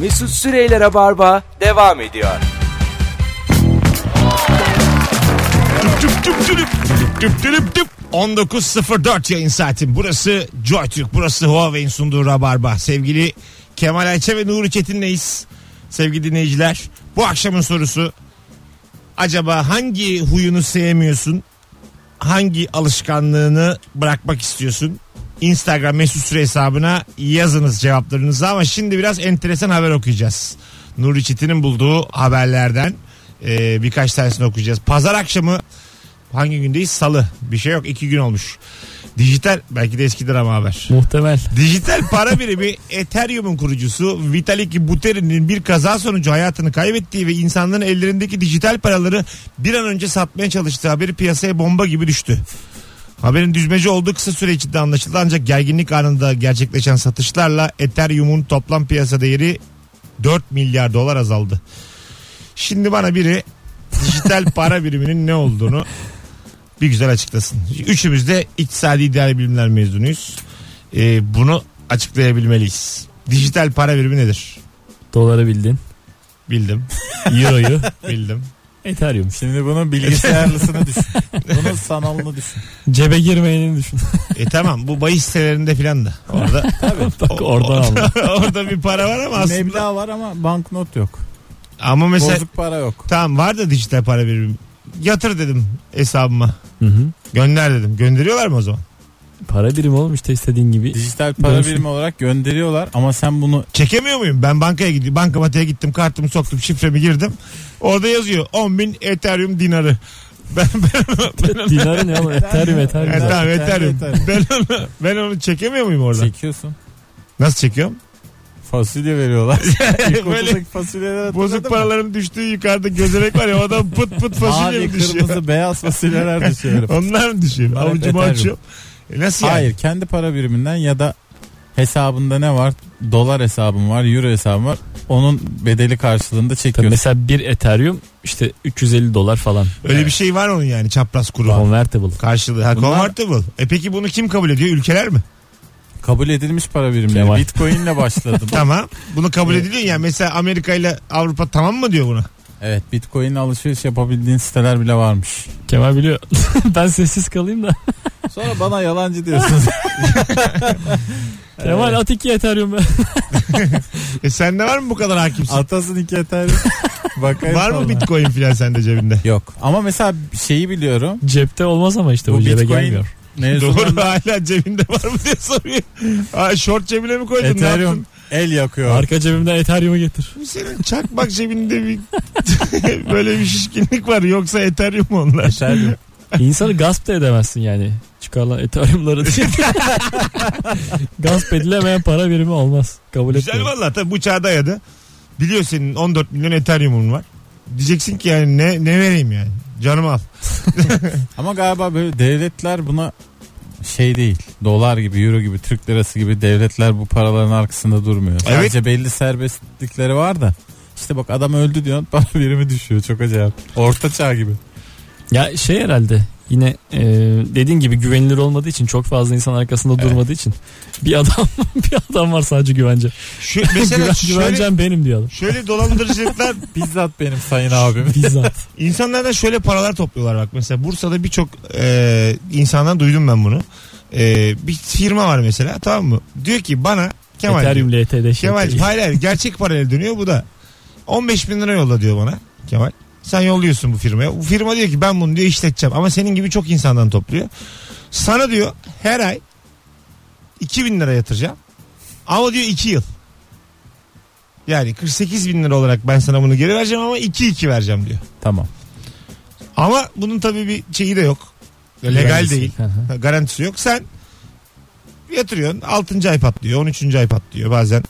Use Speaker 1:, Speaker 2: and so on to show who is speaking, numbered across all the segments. Speaker 1: Mesut Süreyler'e barba devam ediyor.
Speaker 2: Tüp tüp tülüp, tülüp tüp tülüp tüp. 19.04 yayın saati. Burası JoyTürk. Burası Huawei'in sunduğu Rabarba. Sevgili Kemal Ayça ve Nuri Çetin'leyiz. Sevgili dinleyiciler. Bu akşamın sorusu. Acaba hangi huyunu sevmiyorsun? Hangi alışkanlığını bırakmak istiyorsun? Instagram mesut süre hesabına yazınız cevaplarınızı ama şimdi biraz enteresan haber okuyacağız. Nuri Çetin'in bulduğu haberlerden e, birkaç tanesini okuyacağız. Pazar akşamı hangi gündeyiz? Salı. Bir şey yok. iki gün olmuş. Dijital belki de eskidir ama haber.
Speaker 3: Muhtemel.
Speaker 2: Dijital para birimi Ethereum'un kurucusu Vitalik Buterin'in bir kaza sonucu hayatını kaybettiği ve insanların ellerindeki dijital paraları bir an önce satmaya çalıştığı haberi piyasaya bomba gibi düştü. Haberin düzmece olduğu kısa süre içinde anlaşıldı ancak gerginlik anında gerçekleşen satışlarla Ethereum'un toplam piyasa değeri 4 milyar dolar azaldı. Şimdi bana biri dijital para biriminin ne olduğunu bir güzel açıklasın. Üçümüz de İktisadi İdari Bilimler mezunuyuz. Ee, bunu açıklayabilmeliyiz. Dijital para birimi nedir?
Speaker 3: Doları bildin.
Speaker 2: Bildim,
Speaker 3: Euro'yu.
Speaker 2: bildim.
Speaker 3: Ethereum.
Speaker 4: Şimdi bunun bilgisayarlısını düşün. Bunun sanalını düşün.
Speaker 3: Cebe girmeyeni düşün.
Speaker 2: E tamam bu bahis sitelerinde filan da. Orada,
Speaker 3: Bak oradan aldım.
Speaker 2: orada bir para var ama aslında.
Speaker 4: Meblağ var ama banknot yok.
Speaker 2: Ama mesela
Speaker 4: Bozuk para yok.
Speaker 2: tamam var da dijital para birimi. Yatır dedim hesabıma.
Speaker 3: Hı hı.
Speaker 2: Gönder dedim. Gönderiyorlar mı o zaman?
Speaker 3: Para birimi oğlum işte istediğin gibi.
Speaker 4: Dijital para
Speaker 3: Dönsün.
Speaker 4: birimi olarak gönderiyorlar ama sen bunu
Speaker 2: Çekemiyor muyum? Ben bankaya gidiyorum. Bankamatiğe gittim. Kartımı soktum. Şifremi girdim. Orada yazıyor. 10.000 Ethereum dinarı. Ben, ben, onu-
Speaker 3: Dinarı ne oğlum? Ethereum Ethereum.
Speaker 2: Evet, tamam, Ethereum.
Speaker 4: Ethereum.
Speaker 2: ben, onu, ben onu çekemiyor muyum orada?
Speaker 4: çekiyorsun.
Speaker 2: Nasıl çekiyorum?
Speaker 4: Fasulye veriyorlar.
Speaker 2: Böyle
Speaker 4: Böyle fasulyeler
Speaker 2: bozuk paraların düştüğü yukarıda gözenek var ya. O da pıt pıt fasulye
Speaker 4: Mavi,
Speaker 2: mi düşüyor?
Speaker 4: kırmızı, beyaz fasulyeler düşüyor. herif.
Speaker 2: Onlar mı düşüyor?
Speaker 4: Bunlar hep
Speaker 2: Avucumu
Speaker 4: Ethereum.
Speaker 2: açıyorum. E nasıl yani?
Speaker 4: Hayır kendi para biriminden ya da hesabında ne var? Dolar hesabım var, euro hesabım var. Onun bedeli karşılığında
Speaker 3: Tabii
Speaker 4: çekiyorsun.
Speaker 3: mesela bir Ethereum işte 350 dolar falan.
Speaker 2: Öyle bir şey var onun yani çapraz kuru.
Speaker 3: Convertible.
Speaker 2: Karşılığı. Ha,
Speaker 4: Bunlar-
Speaker 2: convertible. E peki bunu kim kabul ediyor? Ülkeler mi?
Speaker 4: Kabul edilmiş para birimleri.
Speaker 3: Kemal.
Speaker 4: Bitcoin'le başladım.
Speaker 2: Tamam. Bunu kabul ediliyor yani. Mesela Amerika ile Avrupa tamam mı diyor buna?
Speaker 4: evet, Bitcoin'le alışveriş yapabildiğin siteler bile varmış.
Speaker 3: Kemal biliyor. ben sessiz kalayım da.
Speaker 4: Sonra bana yalancı diyorsunuz.
Speaker 3: Kemal at iki Ethereum.
Speaker 2: E sende var mı bu kadar hakimsin?
Speaker 4: Atasın iki yeter. Bakayım
Speaker 2: var mı
Speaker 4: sonra.
Speaker 2: bitcoin filan sende cebinde?
Speaker 4: Yok. Ama mesela şeyi biliyorum.
Speaker 3: Cepte olmaz ama işte bu,
Speaker 4: Bu
Speaker 3: cebe
Speaker 4: Bitcoin-
Speaker 3: gelmiyor.
Speaker 2: Doğru
Speaker 4: Mevzudan
Speaker 2: hala cebinde var mı diye soruyor. Aa, short cebine mi koydun? Ne yaptın?
Speaker 4: Ethereum el yakıyor.
Speaker 3: Arka cebimden Ethereum'u getir.
Speaker 2: Bu senin çakmak cebinde bir böyle bir şişkinlik var. Yoksa Ethereum onlar.
Speaker 4: Ethereum.
Speaker 3: İnsanı gasp da edemezsin yani. Çıkarılan Ethereum'ları diye. gasp edilemeyen para birimi olmaz. Kabul
Speaker 2: Güzel
Speaker 3: etmiyorum.
Speaker 2: valla tabii bu çağda dayadı. Biliyor senin 14 milyon Ethereum'un var. Diyeceksin ki yani ne, ne vereyim yani. Canım al.
Speaker 4: Ama galiba böyle devletler buna şey değil. Dolar gibi, euro gibi, Türk lirası gibi devletler bu paraların arkasında durmuyor.
Speaker 2: Evet.
Speaker 4: Sadece belli serbestlikleri var da. İşte bak adam öldü diyorsun para birimi düşüyor çok acayip. Orta çağ gibi.
Speaker 3: Ya şey herhalde yine e, dediğin gibi güvenilir olmadığı için çok fazla insan arkasında durmadığı için bir adam bir adam var sadece güvence.
Speaker 2: Şu,
Speaker 3: Güven,
Speaker 2: mesela şöyle,
Speaker 3: Güvencem benim diyor adam.
Speaker 2: şöyle dolandırıcılıklar
Speaker 4: Bizzat benim sayın abim.
Speaker 3: Bizzat.
Speaker 2: İnsanlardan şöyle paralar topluyorlar bak. Mesela Bursa'da birçok e, insandan duydum ben bunu. E, bir firma var mesela tamam mı? Diyor ki bana Kemal
Speaker 3: Ethereum LTD şey.
Speaker 2: Kemal hayır hayır gerçek parayla dönüyor bu da. 15 bin lira yolla diyor bana Kemal. Sen yolluyorsun bu firmaya. Bu firma diyor ki ben bunu diyor işleteceğim. Ama senin gibi çok insandan topluyor. Sana diyor her ay 2000 lira yatıracağım. Ama diyor 2 yıl. Yani 48 bin lira olarak ben sana bunu geri vereceğim ama 2-2 vereceğim diyor.
Speaker 4: tamam.
Speaker 2: Ama bunun tabii bir şeyi de yok. Legal
Speaker 3: Güvencesi.
Speaker 2: değil.
Speaker 3: Hı hı.
Speaker 2: Ha, Garantisi yok. Sen yatırıyorsun. 6. ay patlıyor. 13. ay patlıyor. Bazen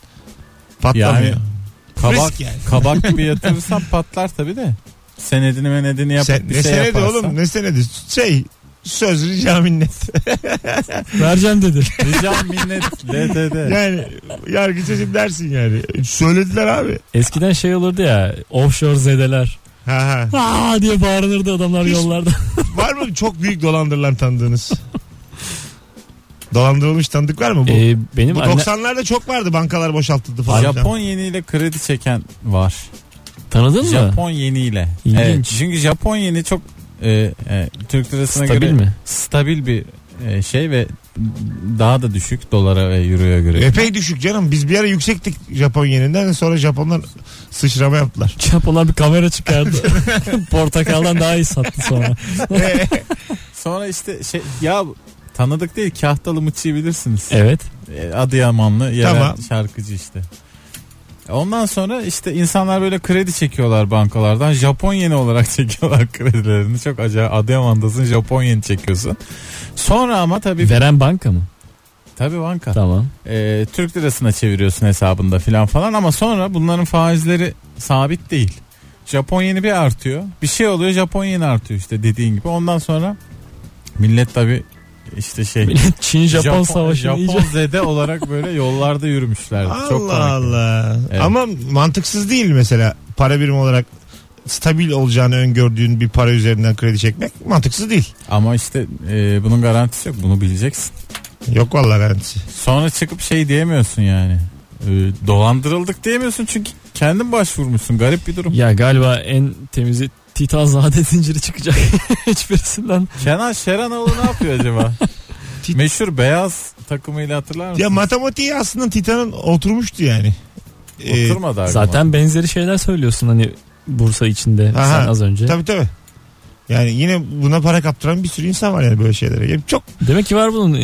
Speaker 2: patlamıyor.
Speaker 4: Yani kabak,
Speaker 2: Risk yani.
Speaker 4: kabak gibi yatırırsan patlar tabii de. Senedini menedini yapıp
Speaker 2: Sen,
Speaker 4: bir
Speaker 2: ne
Speaker 4: şey
Speaker 2: senedi
Speaker 4: yaparsan.
Speaker 2: oğlum? Ne senedi? Şey söz rica minnet.
Speaker 3: Vereceğim dedi.
Speaker 4: Rica minnet LDD.
Speaker 2: Yani yargı seçim dersin yani. Söylediler abi.
Speaker 3: Eskiden şey olurdu ya offshore zedeler.
Speaker 2: Ha, ha.
Speaker 3: Aa diye bağırırdı adamlar
Speaker 2: Hiç-
Speaker 3: yollarda.
Speaker 2: Var mı çok büyük dolandırılan tanıdığınız? Dolandırılmış tanıdık var mı bu?
Speaker 3: Ee, benim
Speaker 2: bu
Speaker 3: anne...
Speaker 2: 90'larda çok vardı bankalar boşaltıldı falan.
Speaker 4: Japon yeniyle kredi çeken var.
Speaker 3: Tanıdın mı?
Speaker 4: Japon yeniyle.
Speaker 3: İlginç.
Speaker 4: Evet, çünkü Japon yeni çok e, e, Türk lirasına
Speaker 3: Stabil
Speaker 4: göre
Speaker 3: mi?
Speaker 4: stabil bir e, şey ve daha da düşük dolara ve euroya göre.
Speaker 2: Epey düşük canım. Biz bir ara yüksektik Japon yeninden sonra Japonlar sıçrama yaptılar.
Speaker 3: Japonlar bir kamera çıkardı. Portakaldan daha iyi sattı sonra.
Speaker 4: Sonra işte şey ya tanıdık değil kahtalı mıçıyı bilirsiniz.
Speaker 3: Evet.
Speaker 4: E, Adıyamanlı yerel
Speaker 2: Tamam.
Speaker 4: şarkıcı işte. Ondan sonra işte insanlar böyle kredi çekiyorlar bankalardan. Japon yeni olarak çekiyorlar kredilerini. Çok acayip Adıyaman'dasın Japon yeni çekiyorsun. Sonra ama tabii
Speaker 3: Veren banka mı?
Speaker 4: tabii banka.
Speaker 3: Tamam.
Speaker 4: e, Türk lirasına çeviriyorsun hesabında filan falan ama sonra bunların faizleri sabit değil. Japon yeni bir artıyor. Bir şey oluyor Japon yeni artıyor işte dediğin gibi. Ondan sonra millet tabi işte şey
Speaker 3: Çin Japon, savaşı
Speaker 4: Japon
Speaker 3: iyice.
Speaker 4: zede olarak böyle yollarda yürümüşler. Çok komik.
Speaker 2: Allah Allah.
Speaker 4: Evet.
Speaker 2: Ama mantıksız değil mesela para birimi olarak stabil olacağını öngördüğün bir para üzerinden kredi çekmek mantıksız değil.
Speaker 4: Ama işte e, bunun garantisi yok. Bunu bileceksin.
Speaker 2: Yok vallahi garantisi.
Speaker 4: Sonra çıkıp şey diyemiyorsun yani. E, dolandırıldık diyemiyorsun çünkü kendin başvurmuşsun. Garip bir durum.
Speaker 3: Ya galiba en temizi Titan Zade zinciri çıkacak. Hiçbirisinden.
Speaker 4: Kenan Şeranoğlu ne yapıyor acaba? Meşhur beyaz takımıyla hatırlar mısın?
Speaker 2: Ya matematiği aslında Titan'ın oturmuştu yani. Ee,
Speaker 4: Oturmadı aklıma.
Speaker 3: e, Zaten benzeri şeyler söylüyorsun hani Bursa içinde
Speaker 2: Aha.
Speaker 3: sen az önce.
Speaker 2: Tabii tabii. Yani yine buna para kaptıran bir sürü insan var yani böyle şeylere. Yani çok
Speaker 3: Demek ki var bunun e,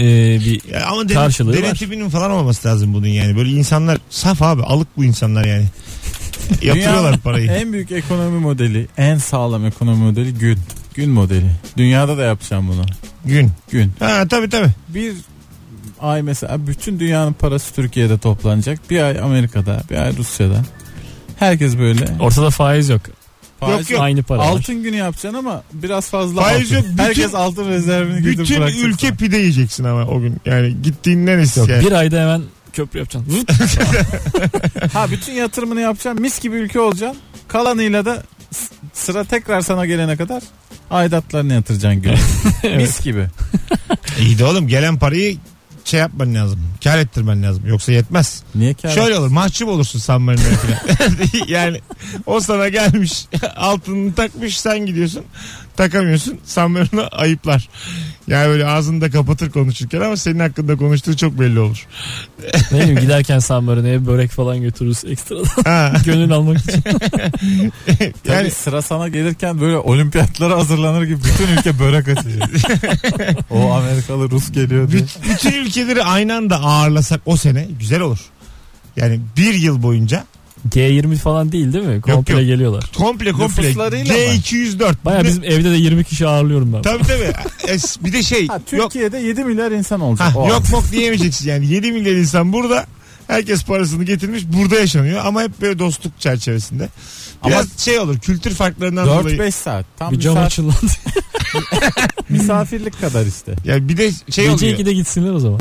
Speaker 3: bir
Speaker 2: ya ama denet-
Speaker 3: Karşılığı var.
Speaker 2: denetiminin falan olması lazım bunun yani. Böyle insanlar saf abi alık bu insanlar yani. Yatırıyorlar
Speaker 4: Dünyanın
Speaker 2: parayı.
Speaker 4: En büyük ekonomi modeli, en sağlam ekonomi modeli gün. Gün modeli. Dünyada da yapacağım bunu.
Speaker 2: Gün.
Speaker 4: Gün.
Speaker 2: Ha tabii tabii.
Speaker 4: Bir ay mesela bütün dünyanın parası Türkiye'de toplanacak. Bir ay Amerika'da, bir ay Rusya'da. Herkes böyle.
Speaker 3: ortada faiz yok.
Speaker 4: Faiz-
Speaker 2: yok.
Speaker 3: Aynı para. var.
Speaker 4: Altın günü yapacaksın ama biraz fazla
Speaker 2: Faiz
Speaker 4: altın.
Speaker 2: yok. Bütün-
Speaker 4: Herkes altın rezervini gidip
Speaker 2: Bütün
Speaker 4: bırakacaksın.
Speaker 2: ülke pide yiyeceksin ama o gün. Yani gittiğin neresi
Speaker 3: Yok,
Speaker 2: yani.
Speaker 3: Bir ayda hemen köprü yapacaksın. Vıt.
Speaker 4: Ha bütün yatırımını yapacaksın. Mis gibi ülke olacaksın. Kalanıyla da s- sıra tekrar sana gelene kadar aidatlarını yatıracaksın günü. Mis gibi.
Speaker 2: İyi de oğlum gelen parayı şey yapman lazım. Kar ettirmen lazım. Yoksa yetmez.
Speaker 4: Niye kâr
Speaker 2: Şöyle olur mahcup olursun San Marino'ya falan. yani o sana gelmiş altını takmış sen gidiyorsun takamıyorsun San Marino ayıplar. Yani böyle ağzını da kapatır konuşurken ama senin hakkında konuştuğu çok belli olur.
Speaker 3: ne bileyim giderken San Marino'ya börek falan götürürüz ekstra
Speaker 2: Ha,
Speaker 3: gönül almak için.
Speaker 4: Tabii
Speaker 2: yani
Speaker 4: sıra sana gelirken böyle olimpiyatlara hazırlanır gibi bütün ülke börek açacak. o Amerikalı Rus geliyor diye.
Speaker 2: büt- bütün ülkeleri aynı anda ağırlasak o sene güzel olur. Yani bir yıl boyunca
Speaker 3: G20 falan değil değil mi? Komple
Speaker 2: yok.
Speaker 3: geliyorlar.
Speaker 2: komple komple
Speaker 4: Nüfuslarıyla mı?
Speaker 2: G204.
Speaker 3: Baya bizim evde de 20 kişi ağırlıyorum ben.
Speaker 2: Tabii tabii. Es- Bir de şey
Speaker 4: Ha, Oh.
Speaker 2: yok
Speaker 4: Türkiye'de 7 milyar insan
Speaker 2: Ha,
Speaker 4: olacak. o an.
Speaker 2: yok mok diyemeyeceksin yani 7 milyar insan burada herkes parasını getirmiş burada yaşanıyor ama hep böyle dostluk çerçevesinde. Biraz
Speaker 4: Ama-
Speaker 2: şey olur kültür farklarından dolayı.
Speaker 4: 4-5 saat. Tam
Speaker 3: Bir cam
Speaker 4: misafir-
Speaker 2: Şey
Speaker 3: açıldı.
Speaker 4: misafirlik kadar işte.
Speaker 2: Yani bir de şey
Speaker 3: Gece
Speaker 2: oluyor.
Speaker 3: 2'de gitsinler o zaman.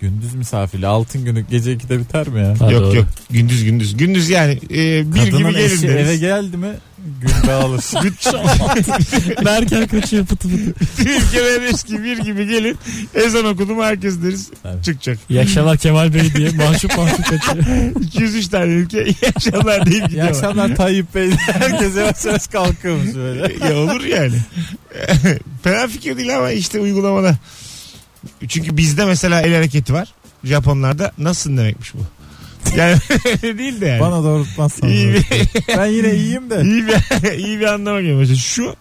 Speaker 4: Gündüz misafirliği. Altın günü gece 2'de biter mi ya?
Speaker 3: Ha,
Speaker 2: yok
Speaker 3: doğru.
Speaker 2: yok gündüz gündüz. Gündüz yani e, bir
Speaker 4: Kadının
Speaker 2: gibi gelin
Speaker 4: eşi eve
Speaker 2: deriz.
Speaker 4: geldi mi gün dağılır.
Speaker 3: Berker kaçıyor pıtı pıtı.
Speaker 2: Bütün ülkeler eski bir gibi gelin. Ezan okudum herkes deriz
Speaker 4: Tabii.
Speaker 2: çıkacak.
Speaker 3: İyi akşamlar Kemal Bey diye mahcup mahcup kaçıyor.
Speaker 2: 203 tane ülke iyi akşamlar deyip
Speaker 4: İyi
Speaker 2: gidiyorlar.
Speaker 4: akşamlar Tayyip Bey. Herkes yavaş yavaş kalkıyormuş böyle.
Speaker 2: ya olur yani. Fena fikir değil ama işte uygulamada. Çünkü bizde mesela el hareketi var. Japonlarda nasılsın demekmiş bu. Yani öyle değil de yani.
Speaker 4: Bana doğrultmazsan.
Speaker 2: iyi, bir,
Speaker 4: Ben yine iyiyim de.
Speaker 2: iyi, bir, iyi bir anlama geliyor. Mesela şu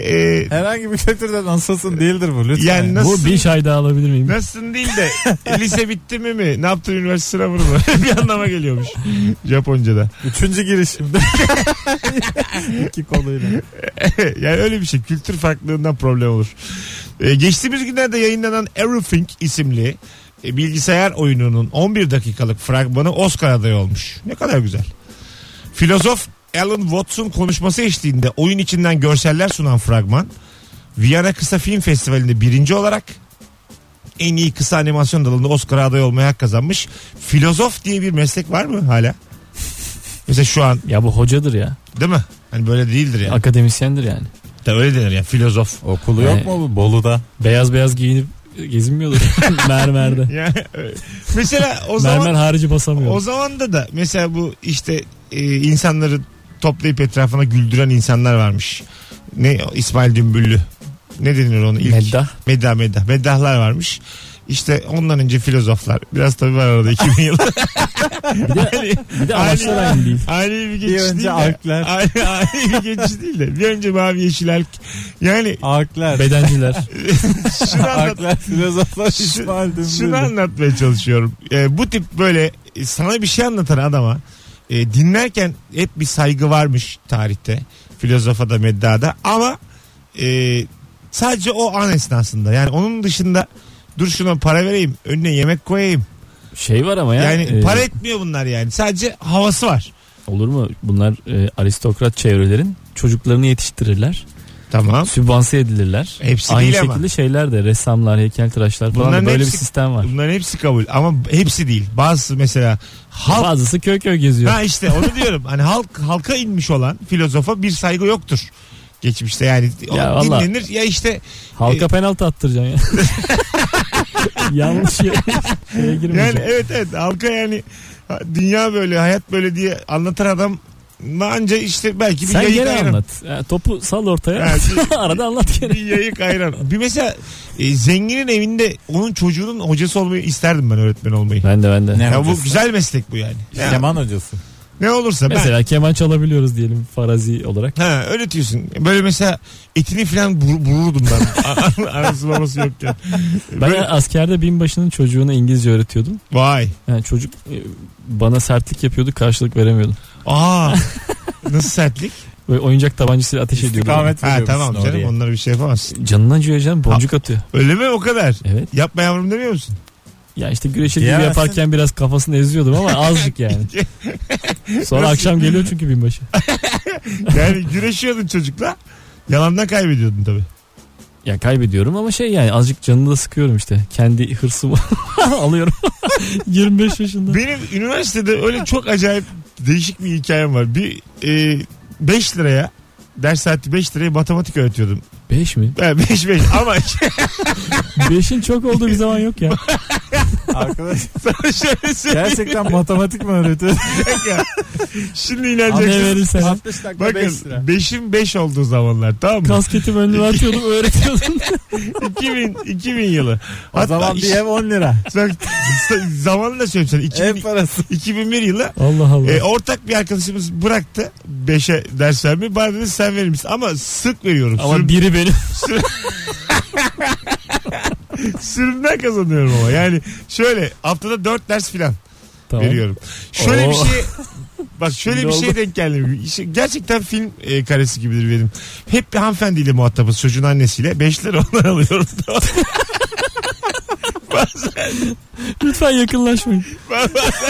Speaker 2: e,
Speaker 4: Herhangi bir kötüden nasılsın değildir bu lütfen.
Speaker 2: yani
Speaker 3: Bu bir
Speaker 2: nasılsın,
Speaker 3: çay daha alabilir miyim?
Speaker 2: nasılsın değil de lise bitti mi mi? Ne yaptın üniversite sınavını mı? bir anlama geliyormuş Japonca'da.
Speaker 4: Üçüncü girişimde. İki koluyla.
Speaker 2: yani öyle bir şey. Kültür farklılığından problem olur. Ee, geçtiğimiz günlerde yayınlanan Everything isimli e, bilgisayar oyununun 11 dakikalık fragmanı Oscar adayı olmuş. Ne kadar güzel. Filozof Alan Watts'un konuşması eşliğinde oyun içinden görseller sunan fragman Viyana Kısa Film Festivali'nde birinci olarak en iyi kısa animasyon dalında Oscar adayı olmaya hak kazanmış. Filozof diye bir meslek var mı hala? Mesela şu an
Speaker 3: Ya bu hocadır ya.
Speaker 2: değil mi? Hani böyle değildir yani.
Speaker 3: Akademisyendir yani.
Speaker 2: Da öyle denir ya filozof.
Speaker 4: Ee, Okulu yok mu bu Bolu'da?
Speaker 3: Beyaz beyaz giyinip gezinmiyordur. Mermerde.
Speaker 2: Ya, mesela o zaman
Speaker 3: Mermer harici basamıyor.
Speaker 2: o zaman da da mesela bu işte e, insanları toplayıp etrafına güldüren insanlar varmış. Ne İsmail Dümbüllü. Ne denir onu ilk?
Speaker 3: Medda.
Speaker 2: Meddah meddah. Meddahlar varmış. İşte ondan önce filozoflar. Biraz tabii var arada 2000 yıl.
Speaker 3: Bir de, bir
Speaker 2: Ali-
Speaker 3: de amaçlar aynı değil.
Speaker 2: Ani bir geçiş
Speaker 4: Bir önce
Speaker 2: değil de.
Speaker 4: alklar.
Speaker 2: Ani, ani bir geçiş değil de. Bir önce mavi yeşil alk. Yani
Speaker 4: Arklar.
Speaker 3: Bedenciler.
Speaker 2: şunu, anlat,
Speaker 4: Arklar filozoflar İsmail
Speaker 2: şunu
Speaker 4: Dümbülü.
Speaker 2: anlatmaya çalışıyorum. Ee, bu tip böyle e, sana bir şey anlatan adama e, dinlerken hep bir saygı varmış tarihte. Filozofa da medda da ama e, sadece o an esnasında yani onun dışında dur şuna para vereyim önüne yemek koyayım.
Speaker 3: Şey var ama ya.
Speaker 2: Yani
Speaker 3: e,
Speaker 2: para etmiyor bunlar yani sadece havası var.
Speaker 3: Olur mu? Bunlar e, aristokrat çevrelerin çocuklarını yetiştirirler.
Speaker 2: Tamam.
Speaker 3: Sübvanse edilirler.
Speaker 2: E, Hepsi
Speaker 3: Aynı
Speaker 2: değil
Speaker 3: şekilde
Speaker 2: ama.
Speaker 3: şeyler de ressamlar, heykeltıraşlar falan
Speaker 2: Bunların
Speaker 3: da böyle
Speaker 2: hepsi-
Speaker 3: bir sistem var.
Speaker 2: Bunların hepsi kabul ama hepsi değil. Bazısı mesela halk
Speaker 3: Bazısı köy köy geziyor.
Speaker 2: Ha işte onu diyorum. Hani halk halka inmiş olan filozofa bir saygı yoktur. Geçmişte yani o
Speaker 3: Ya vallahi.
Speaker 2: dinlenir ya işte
Speaker 3: Halka
Speaker 2: E-
Speaker 3: penaltı attıracaksın ya. Yanlış yere, şeye girmeyeceksin.
Speaker 2: yani evet evet halka yani ha, dünya böyle hayat böyle diye anlatan adam anca işte belki bir
Speaker 3: Sen
Speaker 2: yayık
Speaker 3: gene
Speaker 2: ayran.
Speaker 3: anlat. Ya, topu sal ortaya.
Speaker 2: Evet.
Speaker 3: Arada anlat gene.
Speaker 2: Bir yayık ayran. Bir mesela e, zenginin evinde onun çocuğunun hocası olmayı isterdim ben öğretmen olmayı.
Speaker 3: Ben de ben de.
Speaker 4: Ne
Speaker 2: Ya bu
Speaker 4: hocası?
Speaker 2: güzel meslek bu yani. Ya,
Speaker 4: Yaman hocası.
Speaker 2: ne olursa ben
Speaker 3: Mesela keman çalabiliyoruz diyelim farazi olarak.
Speaker 2: Ha öyle diyorsun. Böyle mesela etini falan bur- bururdum ben. A- Anası babası yokken.
Speaker 3: Ben
Speaker 2: Böyle-
Speaker 3: askerde binbaşının çocuğuna İngilizce öğretiyordum.
Speaker 2: Vay.
Speaker 3: Yani çocuk e, bana sertlik yapıyordu karşılık veremiyordum.
Speaker 2: Aa. Nasıl sertlik?
Speaker 3: Böyle oyuncak tabancasıyla ateş ediyordu.
Speaker 4: İstikamet
Speaker 2: ha
Speaker 4: veriyor
Speaker 2: tamam
Speaker 4: musun
Speaker 2: canım
Speaker 4: oraya?
Speaker 2: onlara bir şey yapamazsın.
Speaker 3: Canına acıyor canım boncuk atıyor.
Speaker 2: Öyle mi o kadar?
Speaker 3: Evet.
Speaker 2: Yapma yavrum demiyor musun?
Speaker 3: Ya işte güreşir gibi
Speaker 4: Diyemezsin.
Speaker 3: yaparken biraz kafasını eziyordum ama azıcık yani. Sonra
Speaker 2: Nasıl?
Speaker 3: akşam geliyor çünkü binbaşı.
Speaker 2: Yani güreşiyordun çocukla. Yalandan kaybediyordun tabii.
Speaker 3: Ya kaybediyorum ama şey yani azıcık canını da sıkıyorum işte. Kendi hırsımı alıyorum. 25 yaşında.
Speaker 2: Benim üniversitede öyle çok acayip değişik bir hikayem var. Bir 5 liraya ders saati 5 liraya matematik öğretiyordum.
Speaker 3: 5 mi?
Speaker 2: 5 5 ama şey,
Speaker 3: 5'in çok olduğu bir zaman yok ya.
Speaker 4: Arkadaş
Speaker 2: sana şöyle söyleyeyim.
Speaker 4: gerçekten matematik mi öğretiyor?
Speaker 2: ya. Şimdi
Speaker 3: Anneye
Speaker 2: inanacaksın.
Speaker 3: verirsen.
Speaker 4: 60 dakika beş
Speaker 2: Bakın 5'in 5 olduğu zamanlar tamam mı?
Speaker 3: Kasketim önüme atıyordum öğretiyordum.
Speaker 2: 2000, 2000 yılı.
Speaker 4: O zaman bir ev 10 lira.
Speaker 2: Bak, zamanını da söyleyeyim sana. 2000
Speaker 4: Ev parası.
Speaker 2: 2001 yılı
Speaker 3: Allah Allah.
Speaker 2: e, ortak bir arkadaşımız bıraktı 5'e ders vermeyi. Bana dedi sen verir misin? Ama sık veriyorum.
Speaker 3: ama
Speaker 2: Sürüm-
Speaker 3: biri benim.
Speaker 2: Sürümden kazanıyorum ama. Yani şöyle haftada 4 ders filan
Speaker 3: Tamam.
Speaker 2: veriyorum. Şöyle bir
Speaker 3: Oo.
Speaker 2: şey Bak şöyle
Speaker 3: Ne
Speaker 2: bir
Speaker 3: oldu?
Speaker 2: şey denk geldim. İşte Gerçekten film e, karesi gibidir benim. Hep bir hanımefendiyle muhatabız çocuğun annesiyle. 5 lira ondan alıyorum.
Speaker 3: Lütfen yakınlaşmayın.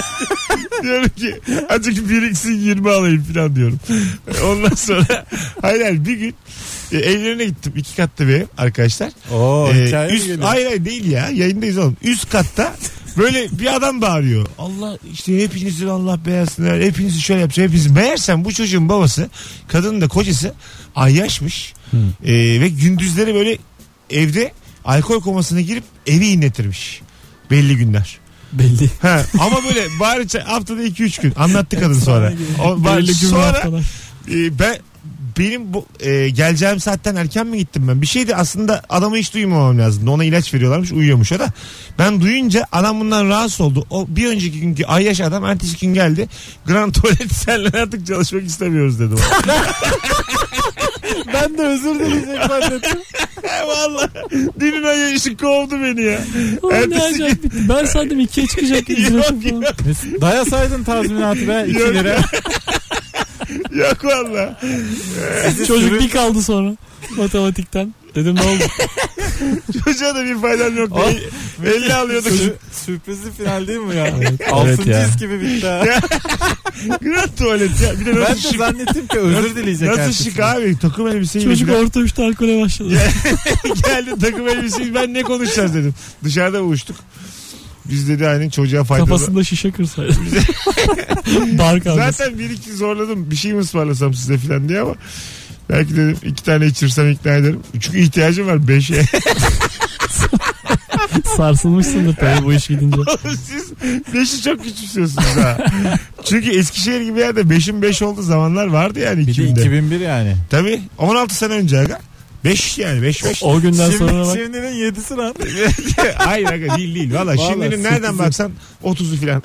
Speaker 2: diyorum ki azıcık biriksin 20 alayım falan diyorum. E, Ondan sonra hayır hayır, bir gün e, evlerine gittim. iki katlı bir ev arkadaşlar.
Speaker 4: Oo
Speaker 2: Ee,
Speaker 4: hikaye mi
Speaker 2: üst,
Speaker 4: geliyor?
Speaker 2: hayır hayır değil ya yayındayız oğlum. Üst katta böyle bir adam bağırıyor. Allah işte hepinizin Allah belasını ver. Hepinizi şöyle yapacağım. Hepinizi. Meğersem bu çocuğun babası kadının da kocası ayyaşmış.
Speaker 4: Hmm.
Speaker 2: Ee, ve gündüzleri böyle evde alkol komasına girip evi inletirmiş. Belli günler.
Speaker 3: Belli.
Speaker 2: Ha, ama böyle bari ça- haftada 2-3 gün anlattı kadın sonra. O, bari-
Speaker 3: Belli gün
Speaker 2: sonra
Speaker 3: haftalar.
Speaker 2: e, ben benim bu e, geleceğim saatten erken mi gittim ben? Bir şeydi aslında adamı hiç duymamam lazımdı. Ona ilaç veriyorlarmış uyuyormuş o da. Ben duyunca adam bundan rahatsız oldu. O bir önceki günkü Ayyaş adam ertesi gün geldi. Grand Tuvalet senle artık çalışmak istemiyoruz dedi. bana.
Speaker 4: Ben de özür dileyecek zannettim.
Speaker 2: Vallahi dinin Ayyaş'ı kovdu beni ya.
Speaker 3: Ulan ne
Speaker 2: Ertesi
Speaker 3: acayip bitti. Ben sandım ikiye çıkacak.
Speaker 2: Yok,
Speaker 3: ücretim falan.
Speaker 4: Dayasaydın tazminatı be 2
Speaker 2: Yok.
Speaker 4: lira.
Speaker 2: Yok valla.
Speaker 3: Çocuk bir kaldı sonra matematikten. Dedim ne oldu?
Speaker 2: Çocuğa da bir faydam yok.
Speaker 4: Oh.
Speaker 2: Belli alıyorduk.
Speaker 4: Sürü- Sürprizli final değil mi ya?
Speaker 3: Evet, evet
Speaker 4: Altıncı
Speaker 3: ya.
Speaker 4: his gibi bitti ha.
Speaker 2: Grand Tuvalet ya. Bir de
Speaker 4: Ben
Speaker 2: nasıl
Speaker 4: de
Speaker 2: şık.
Speaker 4: zannettim ki özür dileyecek
Speaker 2: Nasıl
Speaker 4: ertesi
Speaker 2: şık
Speaker 4: gün.
Speaker 2: abi? Takım elbiseyi
Speaker 3: Çocuk orta üçte alkole başladı.
Speaker 2: geldi takım elbiseyi ben ne konuşacağız dedim. Dışarıda buluştuk. Biz dedi hani çocuğa faydalı.
Speaker 3: Kafasında şişe kırsaydı. Bar kavgası.
Speaker 2: Zaten bir iki zorladım bir şey mi ısmarlasam size filan diye ama belki dedim iki tane içirsem ikna ederim. Çünkü ihtiyacım var beşe.
Speaker 3: Sarsılmışsındır tabii bu iş gidince.
Speaker 2: Siz 5'i çok küçümsüyorsunuz ha. Çünkü Eskişehir gibi yerde 5'in 5 olduğu zamanlar vardı yani
Speaker 4: Bir de
Speaker 2: 2000'de.
Speaker 4: 2001 yani.
Speaker 2: Tabii 16 sene önce aga. 5 yani 5 5.
Speaker 3: O günden sonra
Speaker 4: Şimdi,
Speaker 3: bak.
Speaker 4: şimdinin 7'si lan.
Speaker 2: Hayır aga değil değil. Valla
Speaker 4: Vallahi
Speaker 2: şimdinin nereden
Speaker 4: sekizi.
Speaker 2: baksan 30'u filan.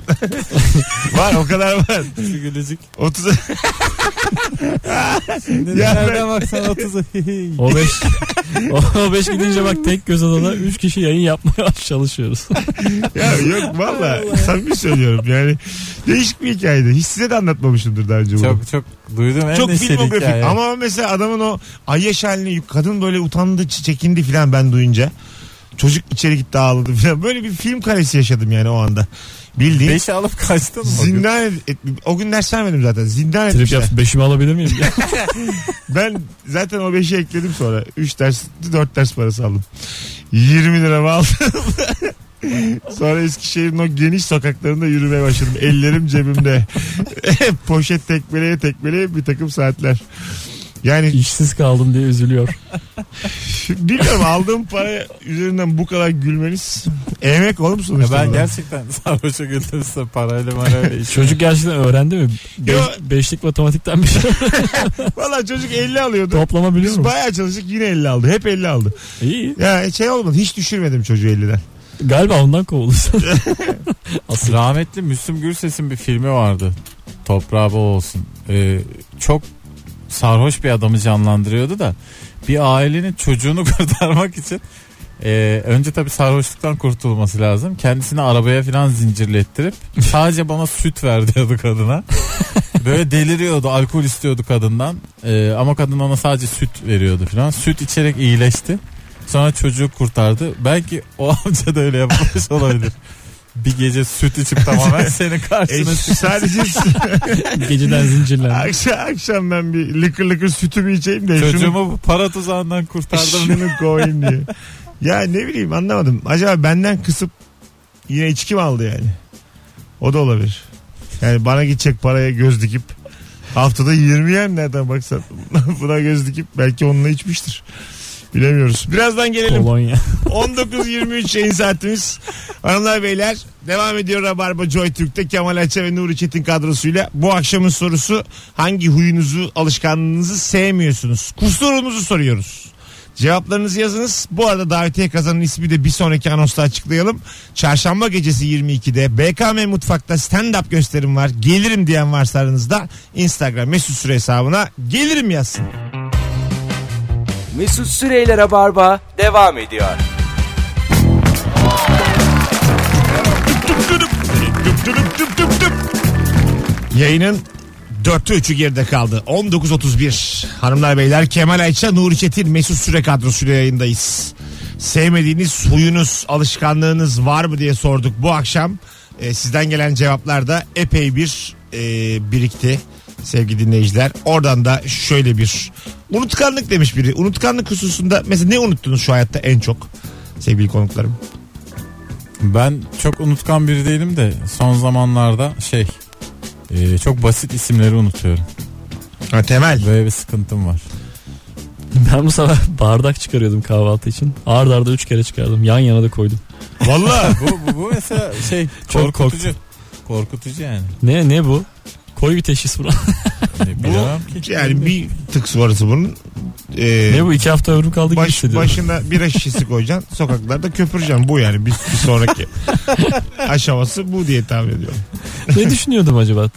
Speaker 2: var o kadar var.
Speaker 4: Şu gülücük.
Speaker 2: 30
Speaker 4: Şimdi
Speaker 2: Ya ben-
Speaker 4: nereden baksan 30'u.
Speaker 3: O 5 o 5 gidince bak tek göz adada 3 kişi yayın yapmaya çalışıyoruz.
Speaker 2: ya yok valla samimi söylüyorum yani. Değişik bir hikayeydi. Hiç size de anlatmamışımdır daha önce bunu.
Speaker 4: çok çok duydum en
Speaker 2: Çok
Speaker 4: neşeli
Speaker 2: filmografik
Speaker 4: hikaye.
Speaker 2: ama mesela adamın o ayyaş halini kadın böyle utandı çekindi filan ben duyunca. Çocuk içeri gitti ağladı filan. Böyle bir film karesi yaşadım yani o anda. Bildiğin
Speaker 4: 5'i alıp kaçtın mı? o gün?
Speaker 2: zindan et, o gün ders vermedim zaten. Zindan
Speaker 3: Trip
Speaker 2: etmişler.
Speaker 3: yap 5'imi alabilir miyim?
Speaker 2: Ben zaten o 5'i ekledim sonra. 3 ders 4 ders parası aldım. 20 lira mı aldım? Sonra Eskişehir'in o geniş sokaklarında yürümeye başladım. Ellerim cebimde. Poşet tekmeleye tekmeleye bir takım saatler. Yani
Speaker 3: İşsiz kaldım diye üzülüyor.
Speaker 2: Bilmiyorum aldığım para üzerinden bu kadar gülmeniz emek oğlum
Speaker 4: Ya
Speaker 2: sonuçta.
Speaker 4: ben
Speaker 2: bu da.
Speaker 4: gerçekten sarhoşa güldüm size parayla marayla.
Speaker 3: Çocuk gerçekten öğrendi mi? Beş-
Speaker 2: Yo.
Speaker 3: beşlik matematikten bir şey
Speaker 2: Vallahi çocuk 50 alıyordu.
Speaker 3: toplama biliyor
Speaker 2: Biz
Speaker 3: musun?
Speaker 2: bayağı çalıştık yine 50 aldı. Hep 50 aldı.
Speaker 3: İyi.
Speaker 2: Ya şey olmadı hiç düşürmedim çocuğu 50'den.
Speaker 3: Galiba ondan kovulursun.
Speaker 4: Rahmetli Müslüm Gürses'in bir filmi vardı. Toprağı bol olsun. Ee, çok sarhoş bir adamı canlandırıyordu da bir ailenin çocuğunu kurtarmak için ee, önce tabii sarhoşluktan kurtulması lazım. Kendisini arabaya falan zincirlettirip sadece bana süt ver diyordu kadına. Böyle deliriyordu, alkol istiyordu kadından. Ee, ama kadın ona sadece süt veriyordu falan. Süt içerek iyileşti. Sonra çocuğu kurtardı. Belki o amca da öyle yapmış olabilir. Bir gece süt içip tamamen senin
Speaker 2: E,
Speaker 4: karşına çıkıyor.
Speaker 2: sadece
Speaker 3: Geceden zincirlendi.
Speaker 2: akşam, akşam ben bir lıkır lıkır sütümü içeyim de şunu,
Speaker 4: Çocuğumu bu para tuzağından kurtardım.
Speaker 2: şunu koyayım diye. Ya ne bileyim anlamadım. Acaba benden kısıp yine içki mi aldı yani? O da olabilir. Yani bana gidecek paraya göz dikip haftada 20 yer nereden baksan buna göz dikip belki onunla içmiştir. Bilemiyoruz. Birazdan gelelim.
Speaker 3: Kolonya.
Speaker 2: 19.23 yayın saatimiz. Hanımlar beyler devam ediyor Rabarba Joy Türk'te Kemal Ayça ve Nuri Çetin kadrosuyla. Bu akşamın sorusu hangi huyunuzu alışkanlığınızı sevmiyorsunuz? Kusurunuzu soruyoruz. Cevaplarınızı yazınız. Bu arada davetiye kazanın ismi de bir sonraki anonsta açıklayalım. Çarşamba gecesi 22'de BKM Mutfak'ta stand-up gösterim var. Gelirim diyen varsa aranızda Instagram mesut süre hesabına gelirim yazsın.
Speaker 1: Mesut Süreyler'e barba devam ediyor.
Speaker 2: Yayının dörtte üçü geride kaldı. 19.31 hanımlar beyler Kemal Ayça, Nuri Çetin, Mesut Süre kadrosuyla yayındayız. Sevmediğiniz huyunuz, alışkanlığınız var mı diye sorduk bu akşam. Ee, sizden gelen cevaplar da epey bir e, birikti sevgili dinleyiciler. Oradan da şöyle bir unutkanlık demiş biri. Unutkanlık hususunda mesela ne unuttunuz şu hayatta en çok sevgili konuklarım?
Speaker 4: Ben çok unutkan biri değilim de son zamanlarda şey e, çok basit isimleri unutuyorum.
Speaker 2: Ha, temel.
Speaker 4: Böyle bir sıkıntım var.
Speaker 3: Ben bu sabah bardak çıkarıyordum kahvaltı için. Ard arda 3 kere çıkardım. Yan yana da koydum.
Speaker 2: Vallahi
Speaker 4: bu, bu, bu mesela şey
Speaker 3: Çok
Speaker 4: korkutucu. Korkutucu yani. Hani
Speaker 3: Ne ne bu? Koy bir teşhis buna.
Speaker 4: Ne, bilemem ki.
Speaker 2: yani bir tık sonrası bunun. Ee,
Speaker 3: ne bu? 2 hafta ömrüm kaldı gibi
Speaker 2: Baş,
Speaker 3: hissediyorum.
Speaker 2: başına bira şişesi koyacaksın. Sokaklarda köpüreceksin. Bu yani bir, bir sonraki aşaması bu diye tahmin ediyorum.
Speaker 3: ne düşünüyordum acaba?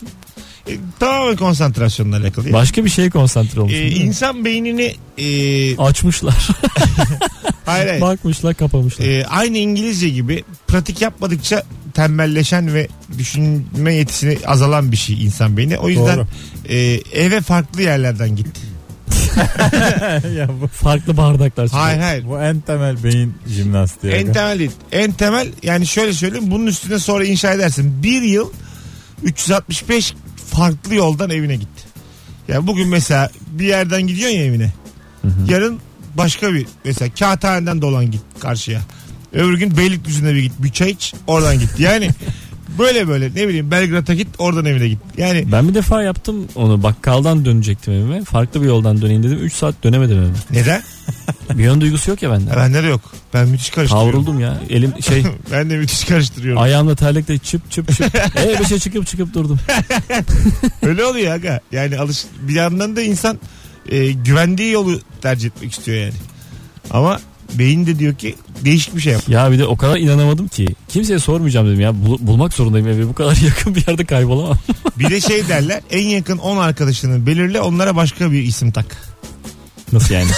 Speaker 2: E, tamamen konsantrasyonla alakalı. Yani.
Speaker 3: Başka bir şeye konsantre olmuşum.
Speaker 2: E,
Speaker 3: değil mi?
Speaker 2: insan beynini e,
Speaker 3: Açmışlar.
Speaker 2: hayır, hayır.
Speaker 3: Bakmışlar kapamışlar.
Speaker 2: E, aynı İngilizce gibi pratik yapmadıkça tembelleşen ve düşünme yetisini azalan bir şey insan beyni. O yüzden
Speaker 4: Doğru.
Speaker 2: e, eve farklı yerlerden gitti.
Speaker 4: ya bu,
Speaker 3: Farklı bardaklar çıkıyor.
Speaker 2: Hayır hayır.
Speaker 4: bu en temel beyin jimnastiği.
Speaker 2: En temel değil. En temel yani şöyle söyleyeyim bunun üstüne sonra inşa edersin. Bir yıl 365 farklı yoldan evine git. Yani bugün mesela bir yerden gidiyorsun ya evine. Yarın başka bir mesela kağıthaneden dolan git karşıya. Öbür gün Beylikdüzü'ne bir git bir çay iç oradan git. Yani Böyle böyle ne bileyim Belgrad'a git oradan evine git. Yani
Speaker 3: Ben bir defa yaptım onu bakkaldan dönecektim evime. Farklı bir yoldan döneyim dedim. 3 saat dönemedim evime.
Speaker 2: neden?
Speaker 3: Bir yön duygusu yok ya bende.
Speaker 2: Ha, Bende de yok. Ben müthiş karıştırıyorum.
Speaker 3: Kavruldum ya. Elim şey
Speaker 2: Ben de müthiş karıştırıyorum.
Speaker 3: ayağımla terlikle çıp çıp çıp. Ee bir şey çıkıp çıkıp durdum.
Speaker 2: Öyle oluyor aga. Yani alış bir yandan da insan e, güvendiği yolu tercih etmek istiyor yani. Ama beyin de diyor ki değişik bir şey yap.
Speaker 3: Ya bir de o kadar inanamadım ki. Kimseye sormayacağım dedim ya. Bul- bulmak zorundayım evi. Bu kadar yakın bir yerde kaybolamam.
Speaker 2: Bir de şey derler en yakın 10 arkadaşını belirle onlara başka bir isim tak.
Speaker 3: Nasıl yani?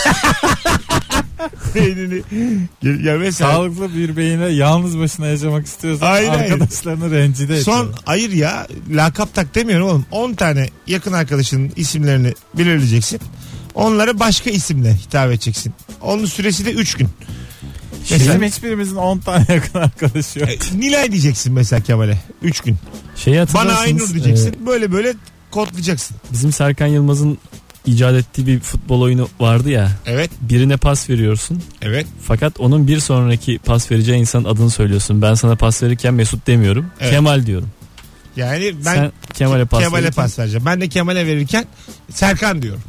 Speaker 2: Beynini. Ya mesela
Speaker 4: Sağlıklı bir beyine yalnız başına yaşamak istiyorsan
Speaker 2: Aynen.
Speaker 4: arkadaşlarını rencide et.
Speaker 2: Son hayır ya lakap tak demiyorum oğlum. 10 tane yakın arkadaşının isimlerini belirleyeceksin. Onlara başka isimle hitap edeceksin. Onun süresi de 3 gün.
Speaker 3: Mesela-
Speaker 4: Bizim hiçbirimizin 10 tane yakın arkadaşı yok.
Speaker 2: E, Nilay diyeceksin mesela Kemal'e. 3 gün.
Speaker 3: Şeyi
Speaker 2: Bana
Speaker 3: hatırlarsınız.
Speaker 2: Aynur diyeceksin. Böyle böyle kodlayacaksın.
Speaker 3: e, bizim Serkan Yılmaz'ın icat ettiği bir futbol oyunu vardı ya.
Speaker 2: Evet,
Speaker 3: Birine pas veriyorsun.
Speaker 2: evet.
Speaker 3: Fakat onun bir sonraki pas vereceği insanın adını söylüyorsun. Ben sana pas verirken Mesut demiyorum.
Speaker 2: Evet.
Speaker 3: Kemal diyorum.
Speaker 2: Yani ben
Speaker 3: Sen Kemal'e pas
Speaker 2: Kemal'e
Speaker 3: verirken-
Speaker 2: pas vereceğim. Ben de Kemal'e verirken Serkan diyorum.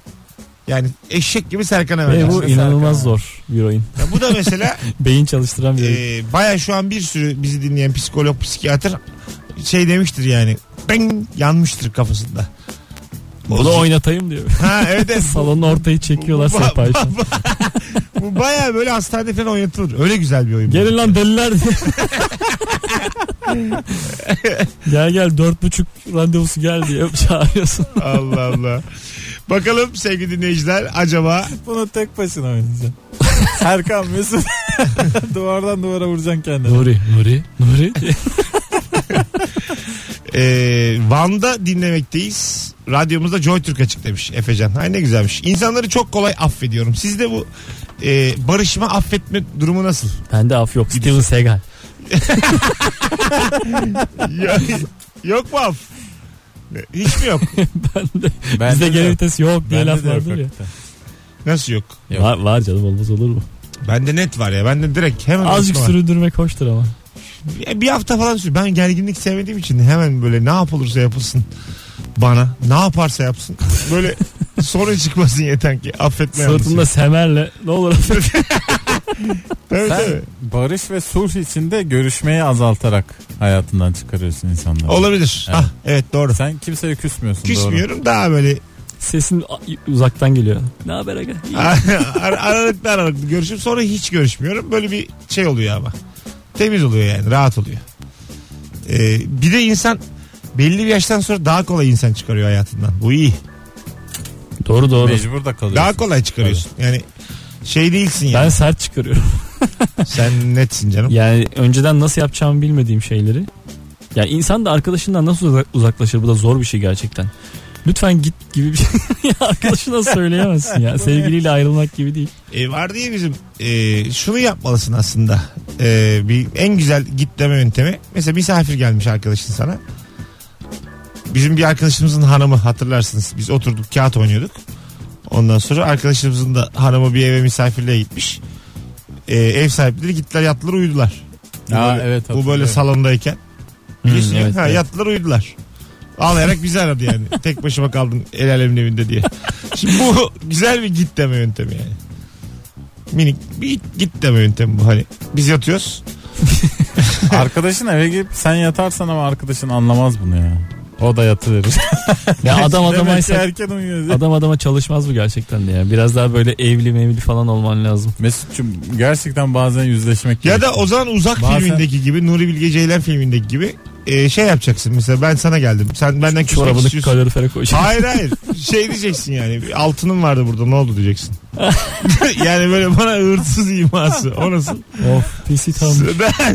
Speaker 2: Yani eşek gibi Serkan'a
Speaker 3: Ve
Speaker 2: vereceğim.
Speaker 3: E, bu
Speaker 4: Serkan
Speaker 3: inanılmaz
Speaker 4: abi.
Speaker 3: zor bir oyun.
Speaker 2: Ya bu da mesela
Speaker 3: Beyin çalıştıran bir oyun.
Speaker 2: e, baya şu an bir sürü bizi dinleyen psikolog, psikiyatr şey demiştir yani. Ben yanmıştır kafasında.
Speaker 3: Bunu oynatayım diyor.
Speaker 2: Ha evet evet.
Speaker 3: Salonun ortayı çekiyorlar
Speaker 2: Bu- bu-
Speaker 3: sehpa için.
Speaker 2: Bu baya böyle hastanede falan oynatılır. Öyle güzel bir oyun. bu.
Speaker 3: Gelin lan deliler diye. gel gel dört buçuk randevusu gel diye çağırıyorsun.
Speaker 2: Allah Allah. Bakalım sevgili dinleyiciler acaba
Speaker 4: Bunu tek başına oynayacaksın. Serkan Mesut duvardan duvara vuracaksın kendini.
Speaker 3: Nuri Nuri Nuri.
Speaker 2: Ee, Van'da dinlemekteyiz. Radyomuzda Joy Türk açık demiş Efecan. Ay ne güzelmiş. İnsanları çok kolay affediyorum. Sizde bu e, barışma affetme durumu nasıl?
Speaker 3: Bende af yok. Steven Seagal.
Speaker 2: Ya- yok mu af? Hiç mi yok?
Speaker 3: Bende.
Speaker 4: Ben
Speaker 3: Bizde geri vites yok diye laf
Speaker 4: de yok
Speaker 3: vardır ya.
Speaker 4: hakikaten.
Speaker 2: Nasıl yok?
Speaker 4: Yok.
Speaker 3: Var, var canım olmaz olur mu?
Speaker 2: Bende net var ya. Bende direkt hemen
Speaker 3: Azıcık
Speaker 2: barışma var.
Speaker 3: süründürmek hoştur ama.
Speaker 2: Bir- Bir hafta falan sürüyor. Ben gerginlik sevmediğim için hemen böyle ne yapılırsa yapılsın bana. Ne yaparsa yapsın. Böyle sorun çıkmasın yeter ki. Affetme
Speaker 3: Sırtımda
Speaker 2: yalnız.
Speaker 3: semerle ne olur affet.
Speaker 2: Tabii,
Speaker 4: Sen
Speaker 2: tabii.
Speaker 4: barış ve sulh içinde görüşmeyi azaltarak hayatından çıkarıyorsun insanları.
Speaker 2: Olabilir.
Speaker 4: Evet.
Speaker 2: Hah, evet doğru.
Speaker 4: Sen kimseye küsmüyorsun doğru.
Speaker 2: Küsmüyorum daha böyle
Speaker 3: Sesin a- uzaktan geliyor. Ne haber aga? İyi.
Speaker 2: Ar- aralıklı aralıklı görüşüp sonra hiç görüşmüyorum. Böyle bir şey oluyor ama. Temiz oluyor yani rahat oluyor. Ee, bir de insan belli bir yaştan sonra daha kolay insan çıkarıyor hayatından. Bu iyi.
Speaker 3: Doğru doğru.
Speaker 4: Mecbur da kalıyorsun.
Speaker 2: Daha kolay çıkarıyorsun. Yani şey değilsin
Speaker 3: Ben
Speaker 2: yani.
Speaker 3: sert çıkarıyorum.
Speaker 2: Sen netsin canım.
Speaker 3: Yani önceden nasıl yapacağımı bilmediğim şeyleri. Yani insan da arkadaşından nasıl uza- uzaklaşır? Bu da zor bir şey gerçekten. Lütfen git gibi bir şey. Ya arkadaşına söyleyemezsin ya. Sevgiliyle ayrılmak gibi değil.
Speaker 2: E, var diye bizim e, şunu yapmalısın aslında. E, bir en güzel git deme yöntemi. Mesela misafir gelmiş arkadaşın sana. Bizim bir arkadaşımızın hanımı hatırlarsınız. Biz oturduk kağıt oynuyorduk. Ondan sonra arkadaşımızın da hanımı bir eve misafirliğe gitmiş. E, ev sahipleri gittiler yattılar uyudular. Bu
Speaker 4: Aa,
Speaker 2: böyle,
Speaker 4: evet,
Speaker 2: bu böyle
Speaker 4: hatırlıyorum.
Speaker 2: salondayken. Biliyorsun
Speaker 3: Hmm,
Speaker 2: ya,
Speaker 3: evet,
Speaker 2: ha,
Speaker 3: evet.
Speaker 2: yattılar uyudular. Ağlayarak bizi aradı yani. Tek başıma kaldım el alemin evinde diye. Şimdi bu güzel bir git deme yöntemi yani. Minik bir git deme yöntemi bu hani. Biz yatıyoruz.
Speaker 4: Arkadaşın eve girip sen yatarsan ama arkadaşın anlamaz bunu ya. O da yatıverir.
Speaker 3: Ya adam adama
Speaker 4: Demek ki erken uyuyor. diye.
Speaker 3: adam adama çalışmaz bu gerçekten de ya. Biraz daha böyle evli mevli falan olman lazım.
Speaker 4: Mesut'cum gerçekten bazen yüzleşmek
Speaker 2: Ya
Speaker 4: gerek.
Speaker 2: da o zaman uzak
Speaker 4: Bazen-
Speaker 2: filmindeki gibi Nuri Bilge Ceylan filmindeki gibi e, şey yapacaksın. Mesela ben sana geldim. Sen benden küsmek
Speaker 3: Çorabını
Speaker 2: istiyorsun.
Speaker 3: kalorifere koyacaksın.
Speaker 2: Hayır hayır. Şey diyeceksin yani. bir Altınım vardı burada ne oldu diyeceksin. yani böyle bana ırsız iması. O nasıl?
Speaker 3: of pisi tam.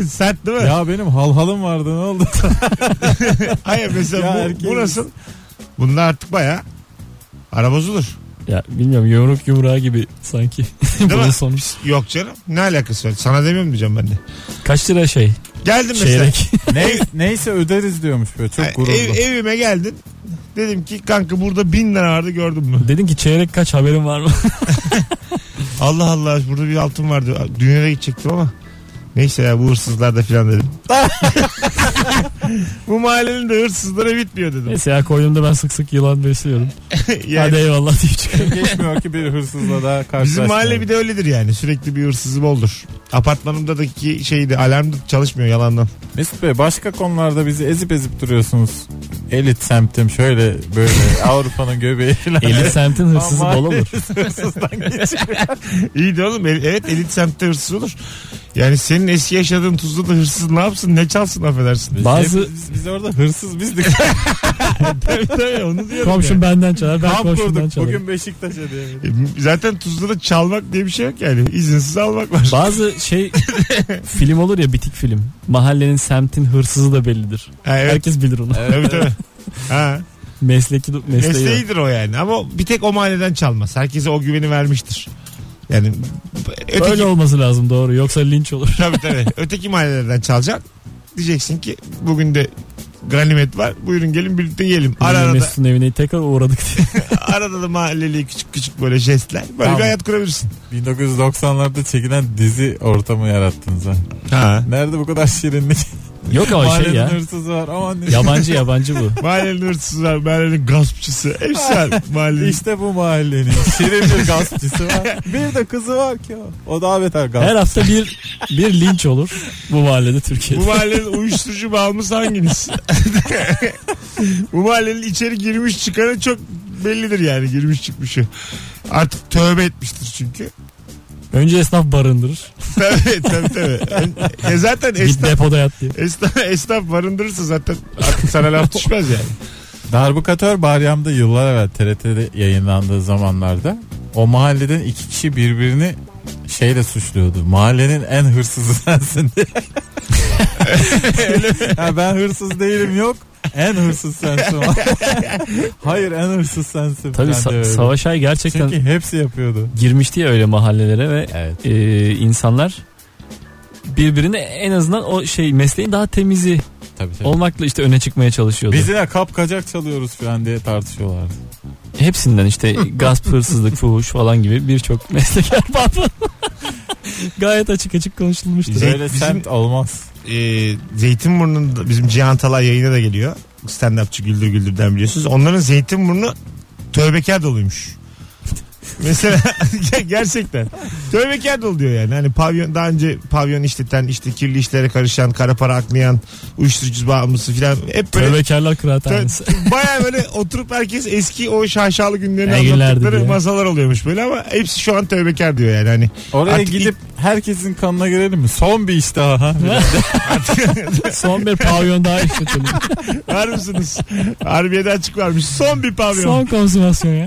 Speaker 2: Sert değil mi?
Speaker 4: Ya benim halhalım vardı ne oldu?
Speaker 2: Hayır mesela
Speaker 4: Ya
Speaker 2: bu,
Speaker 4: erkeğin-
Speaker 2: bu nasıl? Bunda artık baya ara bozulur.
Speaker 3: Ya bilmiyorum yumruk yumruğa gibi sanki. Bunun
Speaker 2: mi?
Speaker 3: sonu.
Speaker 2: Yok canım ne alakası var? Sana demiyorum diyeceğim ben de.
Speaker 3: Kaç lira şey?
Speaker 2: Geldim mesela.
Speaker 3: Çeyrek.
Speaker 4: Ne, neyse öderiz diyormuş böyle çok gururlu.
Speaker 2: Ev- evime geldin. Dedim ki kanka burada bin lira vardı gördün mü?
Speaker 3: Dedin ki çeyrek kaç haberin var mı?
Speaker 2: Allah Allah burada bir altın vardı. Dünyaya gidecektim ama. Neyse ya bu hırsızlar da filan dedim. Bu mahallenin de hırsızları bitmiyor dedim.
Speaker 3: Mesela koyduğumda ben sık sık yılan besliyorum.
Speaker 2: Yani
Speaker 3: Hadi eyvallah deyip çıkıyorum.
Speaker 4: Geçmiyor ki bir hırsızla daha
Speaker 2: Bizim
Speaker 4: karşılaşmıyor.
Speaker 2: mahalle bir de öyledir yani. Sürekli bir hırsızım olur. Apartmanımdaki şeydi alarm da çalışmıyor yalandan.
Speaker 4: Mesut Bey başka konularda bizi ezip ezip duruyorsunuz. Elit semtim şöyle böyle Avrupa'nın göbeği falan.
Speaker 3: Eli semtin hırsızı
Speaker 4: Ama
Speaker 3: bol olur.
Speaker 4: Hırsızdan geçiyor.
Speaker 2: İyi de oğlum el- evet elit semtte hırsız olur. Yani senin eski yaşadığın Tuzla'da hırsız ne yapsın ne çalsın affedersin.
Speaker 3: Bazı
Speaker 4: Biz, biz orada hırsız bizdik.
Speaker 2: tabii tabii onu diyorum.
Speaker 3: komşum benden çalar ben
Speaker 4: Kamp
Speaker 3: komşumdan
Speaker 4: kurduk.
Speaker 3: çalarım.
Speaker 4: Bugün Beşiktaş'a diye.
Speaker 2: E, Zaten Tuzla'da çalmak diye bir şey yok yani. İzinsiz almak var.
Speaker 3: Bazı şey film olur ya bitik film. Mahallenin semtin hırsızı da bellidir.
Speaker 2: Ha, evet.
Speaker 3: Herkes bilir onu.
Speaker 2: Tabii tabii. Ha.
Speaker 3: Mesleki mesleği. var.
Speaker 2: Mesleğidir o yani ama bir tek o mahalleden çalmaz. Herkese o güveni vermiştir. Yani öteki,
Speaker 3: Öyle olması lazım doğru. Yoksa linç olur.
Speaker 2: tabii, tabii. öteki mahallelerden çalacak. Diyeceksin ki bugün de ganimet var. Buyurun gelin birlikte yiyelim. Ara
Speaker 3: Yine
Speaker 2: arada,
Speaker 3: Mesut'un evine tekrar uğradık diye.
Speaker 2: arada da mahalleli küçük küçük böyle jestler. Böyle
Speaker 4: Tamam.
Speaker 2: bir hayat kurabilirsin.
Speaker 4: 1990'larda çekilen dizi ortamı yarattınız ha.
Speaker 2: Ha.
Speaker 4: Nerede bu kadar şirinlik?
Speaker 3: Yok ama şey
Speaker 4: Mahallenin
Speaker 3: ya.
Speaker 4: hırsızı var. Aman ne-
Speaker 3: Yabancı yabancı bu.
Speaker 2: Mahallenin hırsızı var. Mahallenin gaspçısı. Hepsi var. Mahallenin.
Speaker 4: İşte bu mahallenin şirin bir gaspçısı var. Bir de kızı var ki o. O daha beter gasp.
Speaker 3: Her hafta bir bir linç olur bu mahallede Türkiye'de.
Speaker 2: Bu mahallenin uyuşturucu bağımlısı hanginiz? Bu mahallenin içeri girmiş çıkanı çok bellidir yani girmiş çıkmışı. Artık tövbe etmiştir çünkü.
Speaker 3: Önce esnaf barındırır.
Speaker 2: tabii tabii tabii. E zaten
Speaker 3: Git
Speaker 2: esnaf,
Speaker 3: depoda yat diye.
Speaker 2: esnaf, esnaf barındırırsa zaten artık sana laf düşmez yani.
Speaker 4: Darbukatör Baryam'da yıllar evvel TRT'de yayınlandığı zamanlarda o mahalleden iki kişi birbirini şeyle suçluyordu. Mahallenin en hırsızı sensin diye. Ya ben hırsız değilim yok. En hırsız sensin. Hayır en hırsız
Speaker 3: Tabii
Speaker 4: sensin. falan diye
Speaker 3: Sa-
Speaker 4: böyle.
Speaker 3: Savaş Ay gerçekten
Speaker 4: Çünkü hepsi yapıyordu.
Speaker 3: girmişti ya öyle mahallelere ve
Speaker 4: Evet.
Speaker 3: e, insanlar birbirini en azından o şey mesleğin daha temizi
Speaker 4: Tabii tabii.
Speaker 3: olmakla işte öne çıkmaya çalışıyordu.
Speaker 4: Biz yine kapkacak çalıyoruz falan diye tartışıyorlardı.
Speaker 3: Hepsinden işte gasp, hırsızlık, fuhuş falan gibi birçok meslek erbabı. Gayet açık açık konuşulmuştur.
Speaker 2: Zey-
Speaker 4: Böyle
Speaker 2: bizim-
Speaker 4: semt olmaz.
Speaker 2: e, Zeytinburnu'nun bizim Cihan Talay yayına da geliyor. Stand-upçı Güldür Güldür'den biliyorsunuz. Onların Zeytinburnu tövbekar doluymuş. Mesela ger- gerçekten tövbekar dolu diyor yani. Hani pavyon daha önce pavyon işleten işte kirli işlere karışan kara para aklayan uyuşturucu bağımlısı filan hep böyle
Speaker 3: Tövbekarlar kıraathanesi.
Speaker 2: Baya böyle oturup herkes eski o şaşalı günlerini
Speaker 3: Ya günlerdi
Speaker 2: anlattıkları
Speaker 3: diyor.
Speaker 2: masalar oluyormuş böyle ama hepsi şu an tövbekar diyor yani hani
Speaker 4: Oraya
Speaker 2: Artık
Speaker 4: gidip herkesin kanına girelim mi? Son bir iş daha. ha.
Speaker 3: Son bir pavyon daha işletelim.
Speaker 2: var mısınız? Harbiye'de açık varmış. Son bir pavyon.
Speaker 3: Son konsumasyon ya.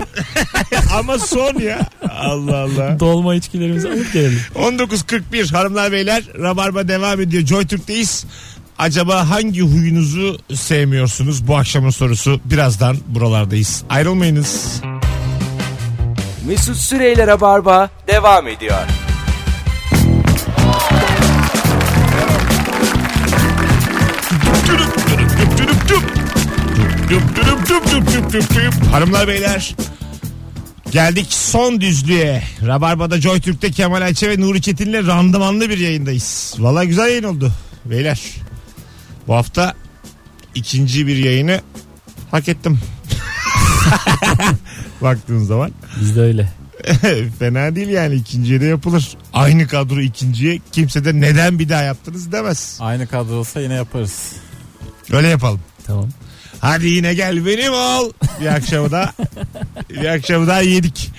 Speaker 2: Ama son ya. Allah Allah.
Speaker 3: Dolma içkilerimizi alıp gelelim.
Speaker 2: 19.41 hanımlar beyler Rabarba devam ediyor. Joy Türk'teyiz. Acaba hangi huyunuzu sevmiyorsunuz? Bu akşamın sorusu birazdan buralardayız. Ayrılmayınız.
Speaker 1: Mesut Süreyler'e barba devam ediyor.
Speaker 2: Dürüp dürüp dürüp dürüp dürüp. Dürüp dürüp dürüp dürüp dürüp dürüp dürüp. Hanımlar beyler Geldik son düzlüğe. Rabarba'da Joy Türk'te Kemal Ayçe ve Nuri Çetin'le randımanlı bir yayındayız. Valla güzel yayın oldu beyler. Bu hafta ikinci bir yayını hak ettim. Baktığın zaman
Speaker 3: Biz de öyle.
Speaker 2: fena değil yani ikinciye de yapılır. Aynı kadro ikinciye kimse de neden bir daha yaptınız demez.
Speaker 4: Aynı kadro olsa yine yaparız.
Speaker 2: Öyle yapalım.
Speaker 3: Tamam.
Speaker 2: Hadi yine gel benim ol. Bir akşamı da bir akşamı daha yedik.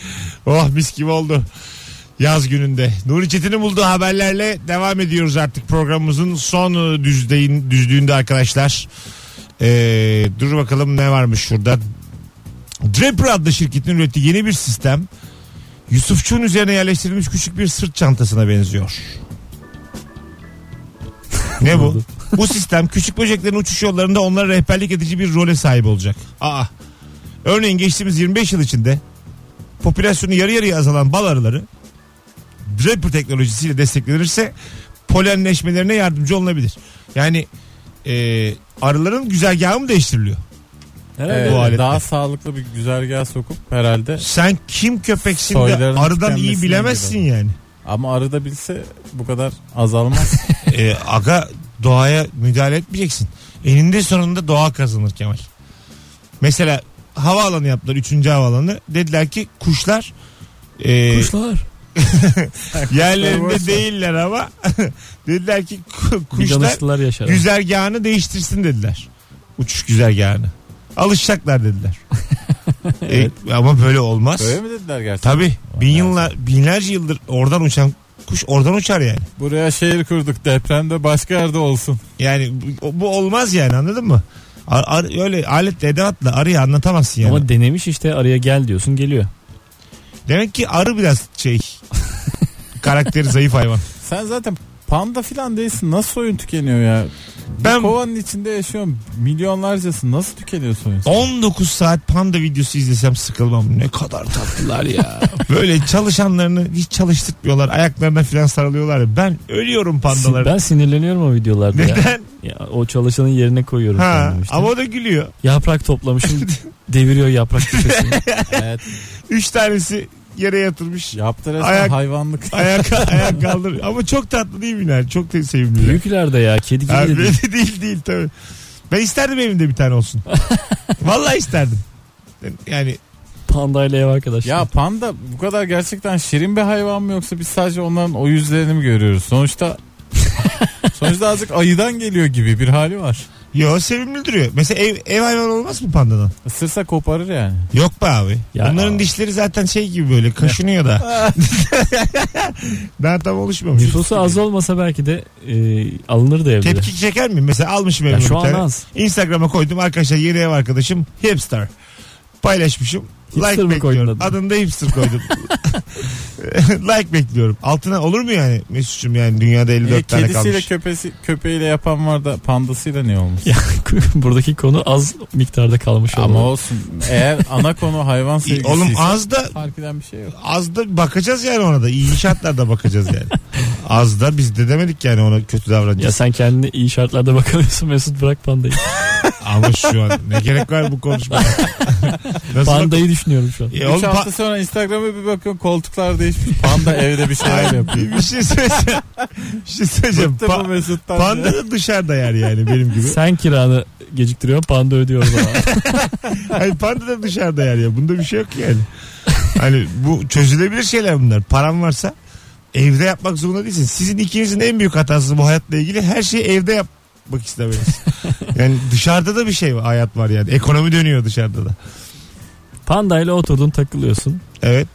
Speaker 2: Oh mis gibi oldu. Yaz gününde. Nuri Çetin'i bulduğu haberlerle devam ediyoruz artık programımızın son e, düzdeyin, düzlüğünde arkadaşlar. Ee, dur bakalım ne varmış şurada. Draper adlı şirketin ürettiği yeni bir sistem Yusufçuğun üzerine yerleştirilmiş küçük bir sırt çantasına benziyor. ne bu?
Speaker 3: Oldu.
Speaker 2: Bu sistem küçük böceklerin uçuş yollarında onlara rehberlik edici bir role sahip olacak. Aa. Örneğin geçtiğimiz 25 yıl içinde popülasyonu yarı yarıya azalan bal arıları Draper teknolojisiyle desteklenirse polenleşmelerine yardımcı olunabilir. Yani e, arıların güzergahı mı değiştiriliyor?
Speaker 3: Herhalde
Speaker 4: Evet,
Speaker 2: bu aletle.
Speaker 4: daha sağlıklı bir güzergah sokup herhalde
Speaker 2: Sen kim köpeksin
Speaker 4: Soyların
Speaker 2: de arıdan iyi
Speaker 4: tükenmesine
Speaker 2: bilemezsin
Speaker 4: gidelim.
Speaker 2: yani.
Speaker 4: ama arada bilse bu kadar azalmaz.
Speaker 2: E, aga doğaya müdahale etmeyeceksin. Eninde sonunda doğa kazanır Kemal. Mesela havaalanı yaptılar 3. havaalanı. Dediler ki kuşlar e,
Speaker 3: Kuşlar.
Speaker 2: yerlerinde
Speaker 4: boş ver.
Speaker 2: değiller ama dediler ki ku- kuşlar
Speaker 3: Kuşlar yaşar.
Speaker 2: güzergahını değiştirsin dediler. Uçuş güzergahını. Alışacaklar dediler. E, ama böyle olmaz.
Speaker 4: Öyle mi dediler gerçekten?
Speaker 2: Tabi bin
Speaker 4: Vay
Speaker 2: yıllar binlerce yıldır oradan uçan kuş oradan uçar yani.
Speaker 4: Buraya şehir kurduk depremde başka yerde olsun.
Speaker 2: Yani bu, bu olmaz yani anladın mı? Ar- ar- öyle aletle edevatla arıyı anlatamazsın yani.
Speaker 3: Ama denemiş işte araya gel diyorsun geliyor.
Speaker 2: Demek ki arı biraz şey karakteri zayıf hayvan.
Speaker 4: Sen zaten panda filan değilsin. Nasıl soyun tükeniyor ya? Ben...
Speaker 2: Ben-
Speaker 4: Bir kovanın içinde yaşıyorum. Milyonlarcası. Nasıl tükeniyor soyun?
Speaker 2: 19 saat panda videosu izlesem sıkılmam. Ne kadar tatlılar ya. Böyle çalışanlarını hiç çalıştırmıyorlar. Ayaklarına filan sarılıyorlar. ya. Ben ölüyorum pandalara.
Speaker 3: Ben sinirleniyorum o videolarda ya.
Speaker 2: Neden?
Speaker 3: Ya O çalışanın yerine koyuyorum
Speaker 2: Ha,
Speaker 3: kendimi işte.
Speaker 2: ama o da gülüyor.
Speaker 3: Yaprak toplamışım deviriyor yaprak köşesini.
Speaker 4: evet.
Speaker 2: Üç tanesi yere yatırmış.
Speaker 4: Yaptı resmen
Speaker 2: Ayak-
Speaker 4: hayvanlık.
Speaker 2: Ayak, ayak kaldırıyor. Ama çok tatlı değil mi yani? Çok da sevimli.
Speaker 3: Büyükler de ya kedi gibi de
Speaker 2: Abi
Speaker 3: değil.
Speaker 2: değil. değil değil tabii. Ben isterdim evimde bir tane olsun. Vallahi isterdim. Yani
Speaker 3: pandayla ev arkadaşlar.
Speaker 4: Ya panda bu kadar gerçekten şirin bir hayvan mı yoksa biz sadece onların o yüzlerini mi görüyoruz? Sonuçta sonuçta azıcık ayıdan geliyor gibi bir hali var.
Speaker 2: yo sevimli duruyor. Mesela ev, ev hayvanı olmaz mı pandadan?
Speaker 4: Isırsa koparır yani.
Speaker 2: Yok be abi.
Speaker 3: Ya-
Speaker 2: Onların dişleri zaten şey gibi böyle kaşınıyor da. Daha tam oluşmamış.
Speaker 3: Nüfusu az olmasa belki de e, alınır da evlere.
Speaker 2: Tepki çeker miyim? Mesela almışım
Speaker 3: Ya
Speaker 2: evime bir
Speaker 3: şu an
Speaker 2: tane.
Speaker 3: az.
Speaker 2: Instagram'a koydum arkadaşlar yeni ev arkadaşım hipster. Paylaşmışım.
Speaker 3: Hipster
Speaker 2: like
Speaker 3: mi koydun
Speaker 2: bekliyorum.
Speaker 3: adını?
Speaker 2: Adını da hipster koydum. like bekliyorum. Altına olur mu yani Mesut'cum yani dünyada 54
Speaker 4: E,
Speaker 2: tane
Speaker 4: kedisiyle
Speaker 2: kalmış.
Speaker 4: köpesi, köpeğiyle yapan var da pandasıyla ne olmuş?
Speaker 3: Ya buradaki konu az miktarda kalmış
Speaker 4: Ama
Speaker 3: olmalı.
Speaker 4: olsun. Eğer ana konu hayvan
Speaker 2: İyi,
Speaker 4: sevgisiyse
Speaker 2: Şey Oğlum az da
Speaker 4: fark eden bir şey yok.
Speaker 2: az da bakacağız yani ona da. İyi inşaatlarda bakacağız yani. Az da biz de demedik yani ona kötü
Speaker 3: Ya
Speaker 2: davranacağız.
Speaker 3: sen kendine iyi şartlarda bakamıyorsun Mesut bırak pandayı.
Speaker 2: Ama şu an ne gerek var bu konuşmaya? Nasıl bak-
Speaker 3: Pandayı düşünüyorum şu an.
Speaker 2: Ya
Speaker 4: 3
Speaker 2: E, oğlum, pa-
Speaker 4: hafta sonra Instagram'a bir bakıyorsun koltuklar değişmiş. Panda evde bir şeyler yapıyor.
Speaker 2: bir şey söyleyeceğim. Bir şey söyleyeceğim.
Speaker 4: Bıktı mı
Speaker 2: Pa-
Speaker 4: Mesut'tan?
Speaker 2: panda da dışarıda yer yani benim gibi.
Speaker 3: Sen kiranı geciktiriyorsun panda ödüyor o zaman.
Speaker 2: Hayır panda da dışarıda yer ya. Bunda bir şey yok yani. Hani bu çözülebilir şeyler bunlar. Param varsa evde yapmak zorunda değilsin. Sizin ikinizin en büyük hatası bu hayatla ilgili her şeyi evde yapmak istemeniz. Yani dışarıda da bir şey var, hayat var yani. Ekonomi dönüyor dışarıda da.
Speaker 3: Pandayla oturdun takılıyorsun.
Speaker 2: Evet.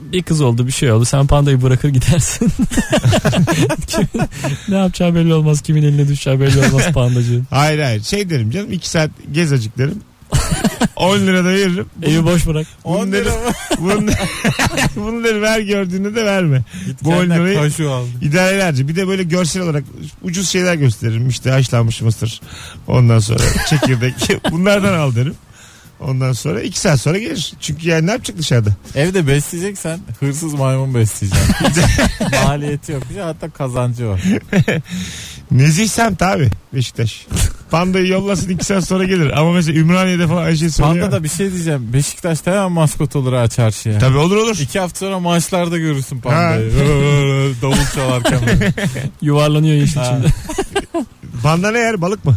Speaker 3: Bir kız oldu bir şey oldu sen pandayı bırakır gidersin. Kimin- ne yapacağı belli olmaz kimin eline düşeceği belli olmaz pandacığın.
Speaker 2: Hayır hayır. Şey derim canım 2 saat gezacık derim. 10 lira da veririm.
Speaker 3: Evi boş bırak.
Speaker 4: 10 lira mı?
Speaker 2: Bunu, bunu derim her gördüğünde de verme. Bu 10
Speaker 4: Kendine
Speaker 2: lirayı
Speaker 4: kaşığı aldı.
Speaker 2: İdarelerce bir de böyle görsel olarak ucuz şeyler gösteririm. İşte haşlanmış mısır. Ondan sonra çekirdek. Bunlardan al derim. Ondan sonra iki saat sonra gelir. Çünkü yani ne yapacak dışarıda?
Speaker 4: Evde besleyeceksen hırsız maymun besleyeceksin. Maliyeti yok. Bir de hatta kazancı var.
Speaker 2: Nezih semt abi Beşiktaş. Pandayı yollasın iki saat sonra gelir. Ama mesela Ümraniye'de falan Ayşe söylüyor.
Speaker 4: Panda da bir şey diyeceğim. Beşiktaş'ta hemen maskot olur ha çarşıya.
Speaker 2: Tabii olur olur.
Speaker 4: İki hafta sonra maçlarda görürsün
Speaker 2: Ha.
Speaker 4: pandayı. Davul çalarken. böyle.
Speaker 3: Yuvarlanıyor yeşil
Speaker 4: Ha.
Speaker 3: içinde.
Speaker 2: Panda ne yer balık mı?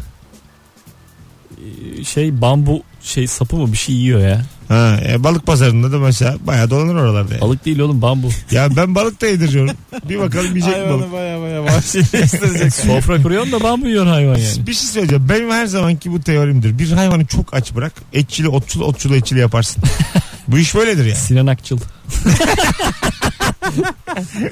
Speaker 3: Ee, şey bambu şey sapı mı bir şey yiyor ya.
Speaker 2: Ha, e, balık pazarında da mesela bayağı dolanır oralarda. yani.
Speaker 3: Balık değil oğlum bambu.
Speaker 2: Ya ben balık da yediriyorum. Bir bakalım yiyecek mi balık?
Speaker 4: Hayvanı baya baya vahşileştirecek.
Speaker 3: Sofra kuruyorsun da bambu yiyor hayvan yani.
Speaker 2: Bir şey söyleyeceğim. Benim her zamanki bu teorimdir. Bir hayvanı çok aç bırak. Etçili, otçulu, otçulu, etçili yaparsın. bu iş böyledir yani.
Speaker 3: Sinan Akçıl.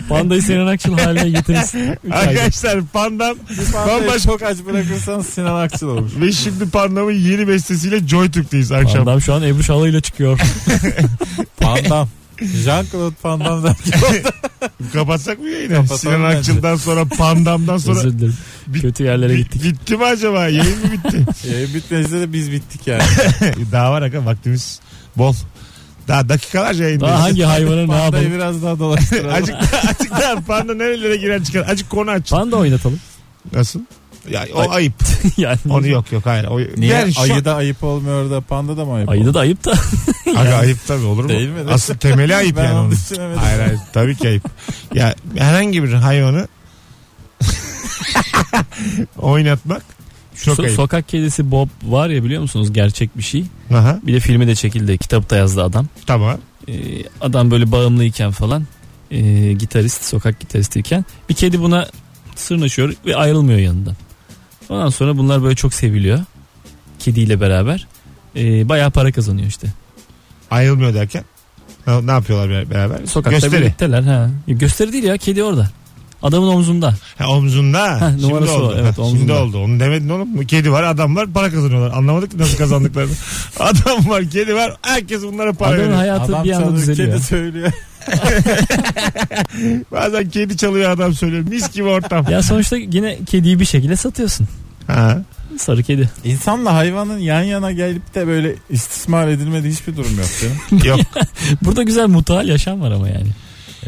Speaker 3: Pandayı Sinan Akçıl haline getirirsin. Üç ayda.
Speaker 2: Arkadaşlar pandam
Speaker 4: Bir pandayı
Speaker 2: Bambaşka-
Speaker 4: çok aç bırakırsan Sinan Akçıl olur.
Speaker 2: ve şimdi pandamın yeni bestesiyle JoyTürk'teyiz akşam.
Speaker 3: Pandam şu an Ebru Şalı ile çıkıyor.
Speaker 4: Pandam. Jean-Claude Pandam derken.
Speaker 2: Kapatsak mı yayını?
Speaker 4: Kapatalım
Speaker 2: Sinan
Speaker 4: bence.
Speaker 2: Akçıl'dan sonra pandamdan sonra
Speaker 3: Özür dilerim.
Speaker 2: Bit-
Speaker 3: Kötü yerlere
Speaker 2: Bi-
Speaker 3: gittik.
Speaker 2: bitti mi acaba? Yayın mı bitti?
Speaker 4: Yayın bitmeyince de biz bittik yani.
Speaker 2: Daha var aga vaktimiz bol. Daha dakikalarca yayındayız.
Speaker 3: Daha hangi hayvana ne
Speaker 4: Pandayı
Speaker 3: yapalım?
Speaker 4: biraz daha dolaştıralım.
Speaker 2: Acık, acık daha panda nerelere girer çıkar. Acık konu aç.
Speaker 3: Panda oynatalım.
Speaker 2: Nasıl? Ya, o
Speaker 3: Ay-
Speaker 2: ayıp.
Speaker 3: yani
Speaker 2: Onu yok yok hayır. O,
Speaker 4: Niye?
Speaker 2: Yani şu-
Speaker 4: Ayı da ayıp olmuyor da panda da mı ayıp
Speaker 3: Ayıda da ayıp da.
Speaker 2: Aga ayıp tabii olur mu?
Speaker 4: Değil mi?
Speaker 2: Asıl temeli ayıp
Speaker 4: Ben
Speaker 2: yani
Speaker 4: onu
Speaker 2: onun.
Speaker 4: düşünemedim.
Speaker 2: Hayır hayır tabii ki ayıp. Ya herhangi bir hayvanı oynatmak
Speaker 3: Şu
Speaker 2: Çok
Speaker 3: so-
Speaker 2: ayıp.
Speaker 3: sokak kedisi Bob var ya biliyor musunuz gerçek bir şey.
Speaker 2: Aha,
Speaker 3: Bir de filmi de çekildi. Kitapta yazdı adam.
Speaker 2: tamam.
Speaker 3: Ee, adam böyle bağımlıyken falan ee, gitarist, sokak gitaristiyken bir kedi buna sırnaşıyor ve ayrılmıyor yanından. Ondan sonra bunlar böyle çok seviliyor. Kediyle beraber. Ee, bayağı para kazanıyor işte.
Speaker 2: Ayrılmıyor derken. Ha, Ne yapıyorlar ber- beraber?
Speaker 3: Sokakta
Speaker 2: Gösteri.
Speaker 3: birlikteler. Ha. Ya Gösteri değil ya kedi orada. Adamın omzunda.
Speaker 2: Ha, omzunda.
Speaker 3: Ha,
Speaker 2: Şimdi
Speaker 3: numarası o,
Speaker 2: oldu.
Speaker 3: evet,
Speaker 2: Ha, Şimdi
Speaker 3: omzunda.
Speaker 2: oldu. Onu demedin oğlum. Kedi var adam var para kazanıyorlar. Anlamadık ki nasıl kazandıklarını. adam var kedi var. Herkes bunlara para
Speaker 3: Adamın
Speaker 2: veriyor.
Speaker 3: hayatı
Speaker 4: Adam
Speaker 3: bir anda
Speaker 4: çalıyor,
Speaker 3: düzeliyor.
Speaker 4: kedi söylüyor.
Speaker 2: Bazen kedi çalıyor adam söylüyor. Mis gibi ortam.
Speaker 3: Ya sonuçta yine kediyi bir şekilde satıyorsun.
Speaker 2: ha.
Speaker 3: Sarı kedi.
Speaker 4: İnsanla hayvanın yan yana gelip de böyle istismar edilmediği hiçbir durum yok canım.
Speaker 2: Yok.
Speaker 3: Burada güzel mutual yaşam var ama yani.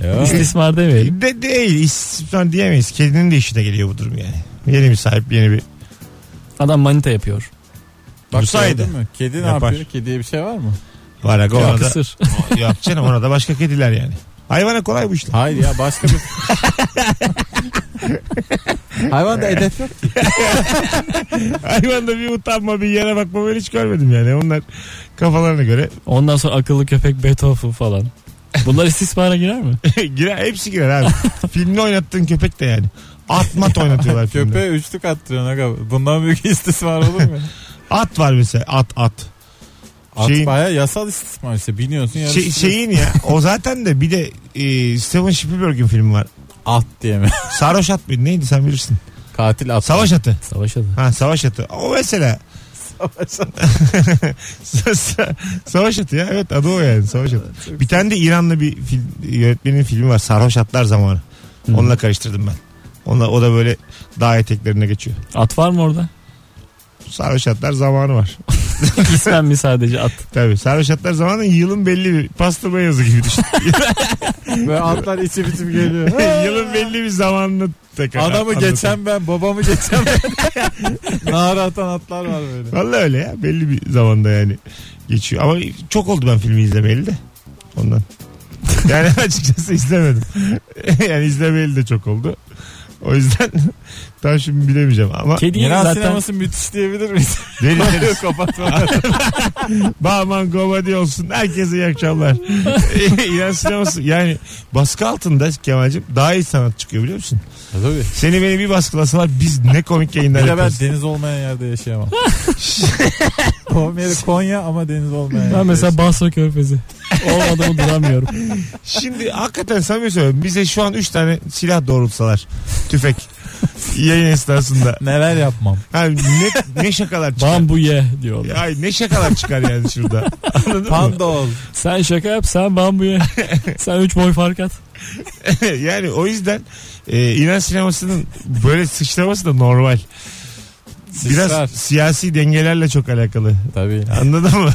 Speaker 4: Ya.
Speaker 3: İstismar demeyelim.
Speaker 2: de, değil. İstismar diyemeyiz. Kedinin de işine geliyor bu durum yani. Yeni bir sahip yeni bir.
Speaker 3: Adam manita yapıyor.
Speaker 4: Bak
Speaker 2: Bu sayede.
Speaker 4: gördün mü? Kedi ne
Speaker 2: Yapar.
Speaker 4: yapıyor? Kediye bir şey var mı?
Speaker 2: Var aga
Speaker 3: Ya,
Speaker 2: ona da.
Speaker 3: kısır.
Speaker 2: Yok canım ona da başka kediler yani. Hayvana kolay bu işler.
Speaker 4: Hayır ya başka bir... Hayvan da edep yok.
Speaker 2: Hayvanda bir utanma bir yere bakma ben hiç görmedim yani. Onlar kafalarına göre
Speaker 3: Ondan sonra akıllı köpek Beethoven falan. Bunlar istismara girer mi?
Speaker 2: girer, hepsi girer abi. Filmde oynattığın köpek de yani. At mat oynatıyorlar filmde.
Speaker 4: Köpeğe üçlük attırıyorsun. aga. Bundan büyük istismar olur mu?
Speaker 2: At var mesela at at.
Speaker 4: At
Speaker 2: Şeyin-
Speaker 4: baya yasal istismar işte. Biniyorsun yarışıyorsun.
Speaker 2: Şey, şeyin ya o zaten de bir de e, Steven Spielberg'in filmi var.
Speaker 4: At diye mi?
Speaker 2: Sarhoş at mıydı neydi sen bilirsin.
Speaker 4: Katil at.
Speaker 2: Savaş atı.
Speaker 3: Savaş adı.
Speaker 2: Ha savaş atı. O mesela.
Speaker 4: Savaş at.
Speaker 2: Sa- sa- savaş atı ya evet adı o yani savaş atı. Bir tane de İranlı bir fil- yönetmenin filmi var Sarhoş Atlar Zamanı.
Speaker 3: Hı.
Speaker 2: Onunla karıştırdım ben. Onunla, o da böyle dağ eteklerine geçiyor.
Speaker 3: At var mı orada?
Speaker 2: Sarhoş Atlar Zamanı var.
Speaker 3: İsmen mi sadece at?
Speaker 2: Tabii Sarhoş Atlar Zamanı yılın belli bir pastırma yazı gibi düşün.
Speaker 4: Böyle atlar içi bitim geliyor.
Speaker 2: yılın belli bir zamanını tekrar
Speaker 4: Adamı
Speaker 2: anlatıyor.
Speaker 4: geçen ben, babamı geçen ben. Nara atan atlar var böyle.
Speaker 2: Vallahi öyle ya belli bir zamanda yani geçiyor. Ama çok oldu ben filmi izlemeyeli de ondan. Yani açıkçası izlemedim. yani izlemeyeli de çok oldu. O yüzden tam şimdi bilemeyeceğim ama
Speaker 3: Kediyi
Speaker 4: Yerel
Speaker 3: zaten
Speaker 4: sineması müthiş diyebilir miyiz?
Speaker 2: veririz.
Speaker 4: Kapatma.
Speaker 2: Bağman Gomadi olsun. Herkese iyi akşamlar. İran sineması yani baskı altında Kemal'cim daha iyi sanat çıkıyor biliyor musun?
Speaker 4: Tabii.
Speaker 2: Seni beni bir baskılasalar biz ne komik yayınlar
Speaker 4: Bir de ben
Speaker 2: yaparız.
Speaker 4: deniz olmayan yerde yaşayamam. Konya, Konya ama deniz olmayan yerde
Speaker 3: ben mesela
Speaker 4: yaşayamam.
Speaker 3: Basra Körfezi. Olmadı mı duramıyorum.
Speaker 2: Şimdi hakikaten samimi söylüyorum. Bize şu an 3 tane silah doğrultsalar. Tüfek. Yayın esnasında.
Speaker 4: Neler yapmam.
Speaker 2: Yani ne, ne şakalar çıkar.
Speaker 3: Bambu ye diyorlar.
Speaker 2: Ay ne şakalar çıkar yani şurada. Anladın mı?
Speaker 4: Panda ol.
Speaker 3: Sen şaka yap sen bambu ye. sen 3 boy fark at.
Speaker 2: yani o yüzden e, İran sinemasının böyle sıçraması da normal. Biraz
Speaker 4: Sıçrar.
Speaker 2: siyasi dengelerle çok alakalı.
Speaker 4: Tabii.
Speaker 2: Anladın mı?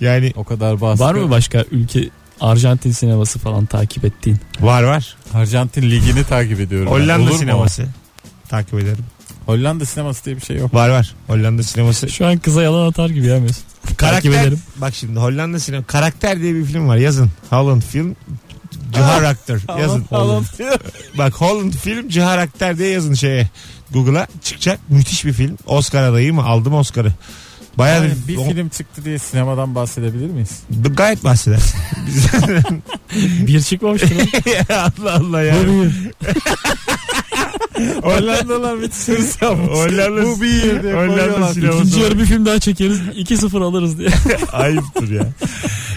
Speaker 2: Yani
Speaker 4: O kadar baskı.
Speaker 3: Var mı başka ülke Arjantin sineması falan takip ettiğin?
Speaker 2: var var.
Speaker 4: Arjantin ligini takip ediyorum. ben.
Speaker 2: Hollanda
Speaker 4: Olur mu?
Speaker 2: sineması. Takip ederim.
Speaker 4: Hollanda sineması diye bir şey yok.
Speaker 2: Var var. Hollanda sineması.
Speaker 3: Şu an kıza yalan atar gibi ya Mesut. Takip
Speaker 2: Karakter.
Speaker 3: ederim.
Speaker 2: Bak şimdi Hollanda sinema. Karakter diye bir film var. Yazın. Holland film. Ciharaktör. Yazın.
Speaker 4: Alın, alın.
Speaker 2: Bak Holland film Ciharaktör diye yazın şeye. Google'a çıkacak. Müthiş bir film. Oscar adayı mı? Aldım Oscar'ı. Bayağı
Speaker 4: Yani
Speaker 2: bir,
Speaker 4: bir film çıktı diye sinemadan bahsedebilir miyiz?
Speaker 2: gayet bahsedersin.
Speaker 3: Bir çıkmamıştır. lan.
Speaker 2: Allah Allah ya.
Speaker 3: Bu bir.
Speaker 4: Hollandalar müthiş hırs yapmış.
Speaker 2: Hollanda-
Speaker 4: Bu bir yer diye
Speaker 2: Hollanda
Speaker 4: koyuyorlar.
Speaker 2: sinema-
Speaker 3: İkinci yarı bir film daha çekeriz. 2-0 alırız diye.
Speaker 2: Ayıptır ya.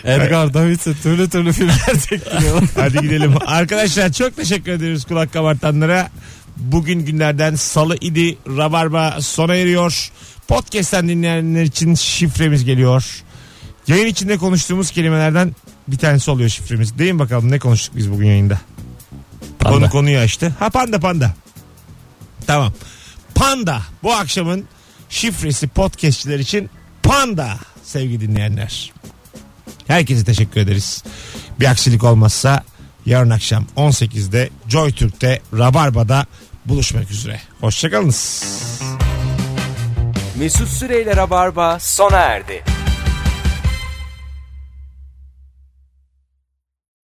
Speaker 4: Edgar Davids'e türlü türlü filmler çektiriyorlar.
Speaker 2: Hadi gidelim. Arkadaşlar çok teşekkür ediyoruz kulak kabartanlara. Bugün günlerden salı idi. Rabarba sona eriyor. Podcast'ten dinleyenler için şifremiz geliyor. Yayın içinde konuştuğumuz kelimelerden bir tanesi oluyor şifremiz. Deyin bakalım ne konuştuk biz bugün yayında? Konu konuyu açtı. Ha panda panda. Tamam. Panda bu akşamın şifresi podcastçiler için panda sevgili dinleyenler. Herkese teşekkür ederiz. Bir aksilik olmazsa yarın akşam 18'de Joy Türk'te Rabarba'da buluşmak üzere. Hoşçakalınız.
Speaker 1: Mesut Süreyler'e barba sona erdi.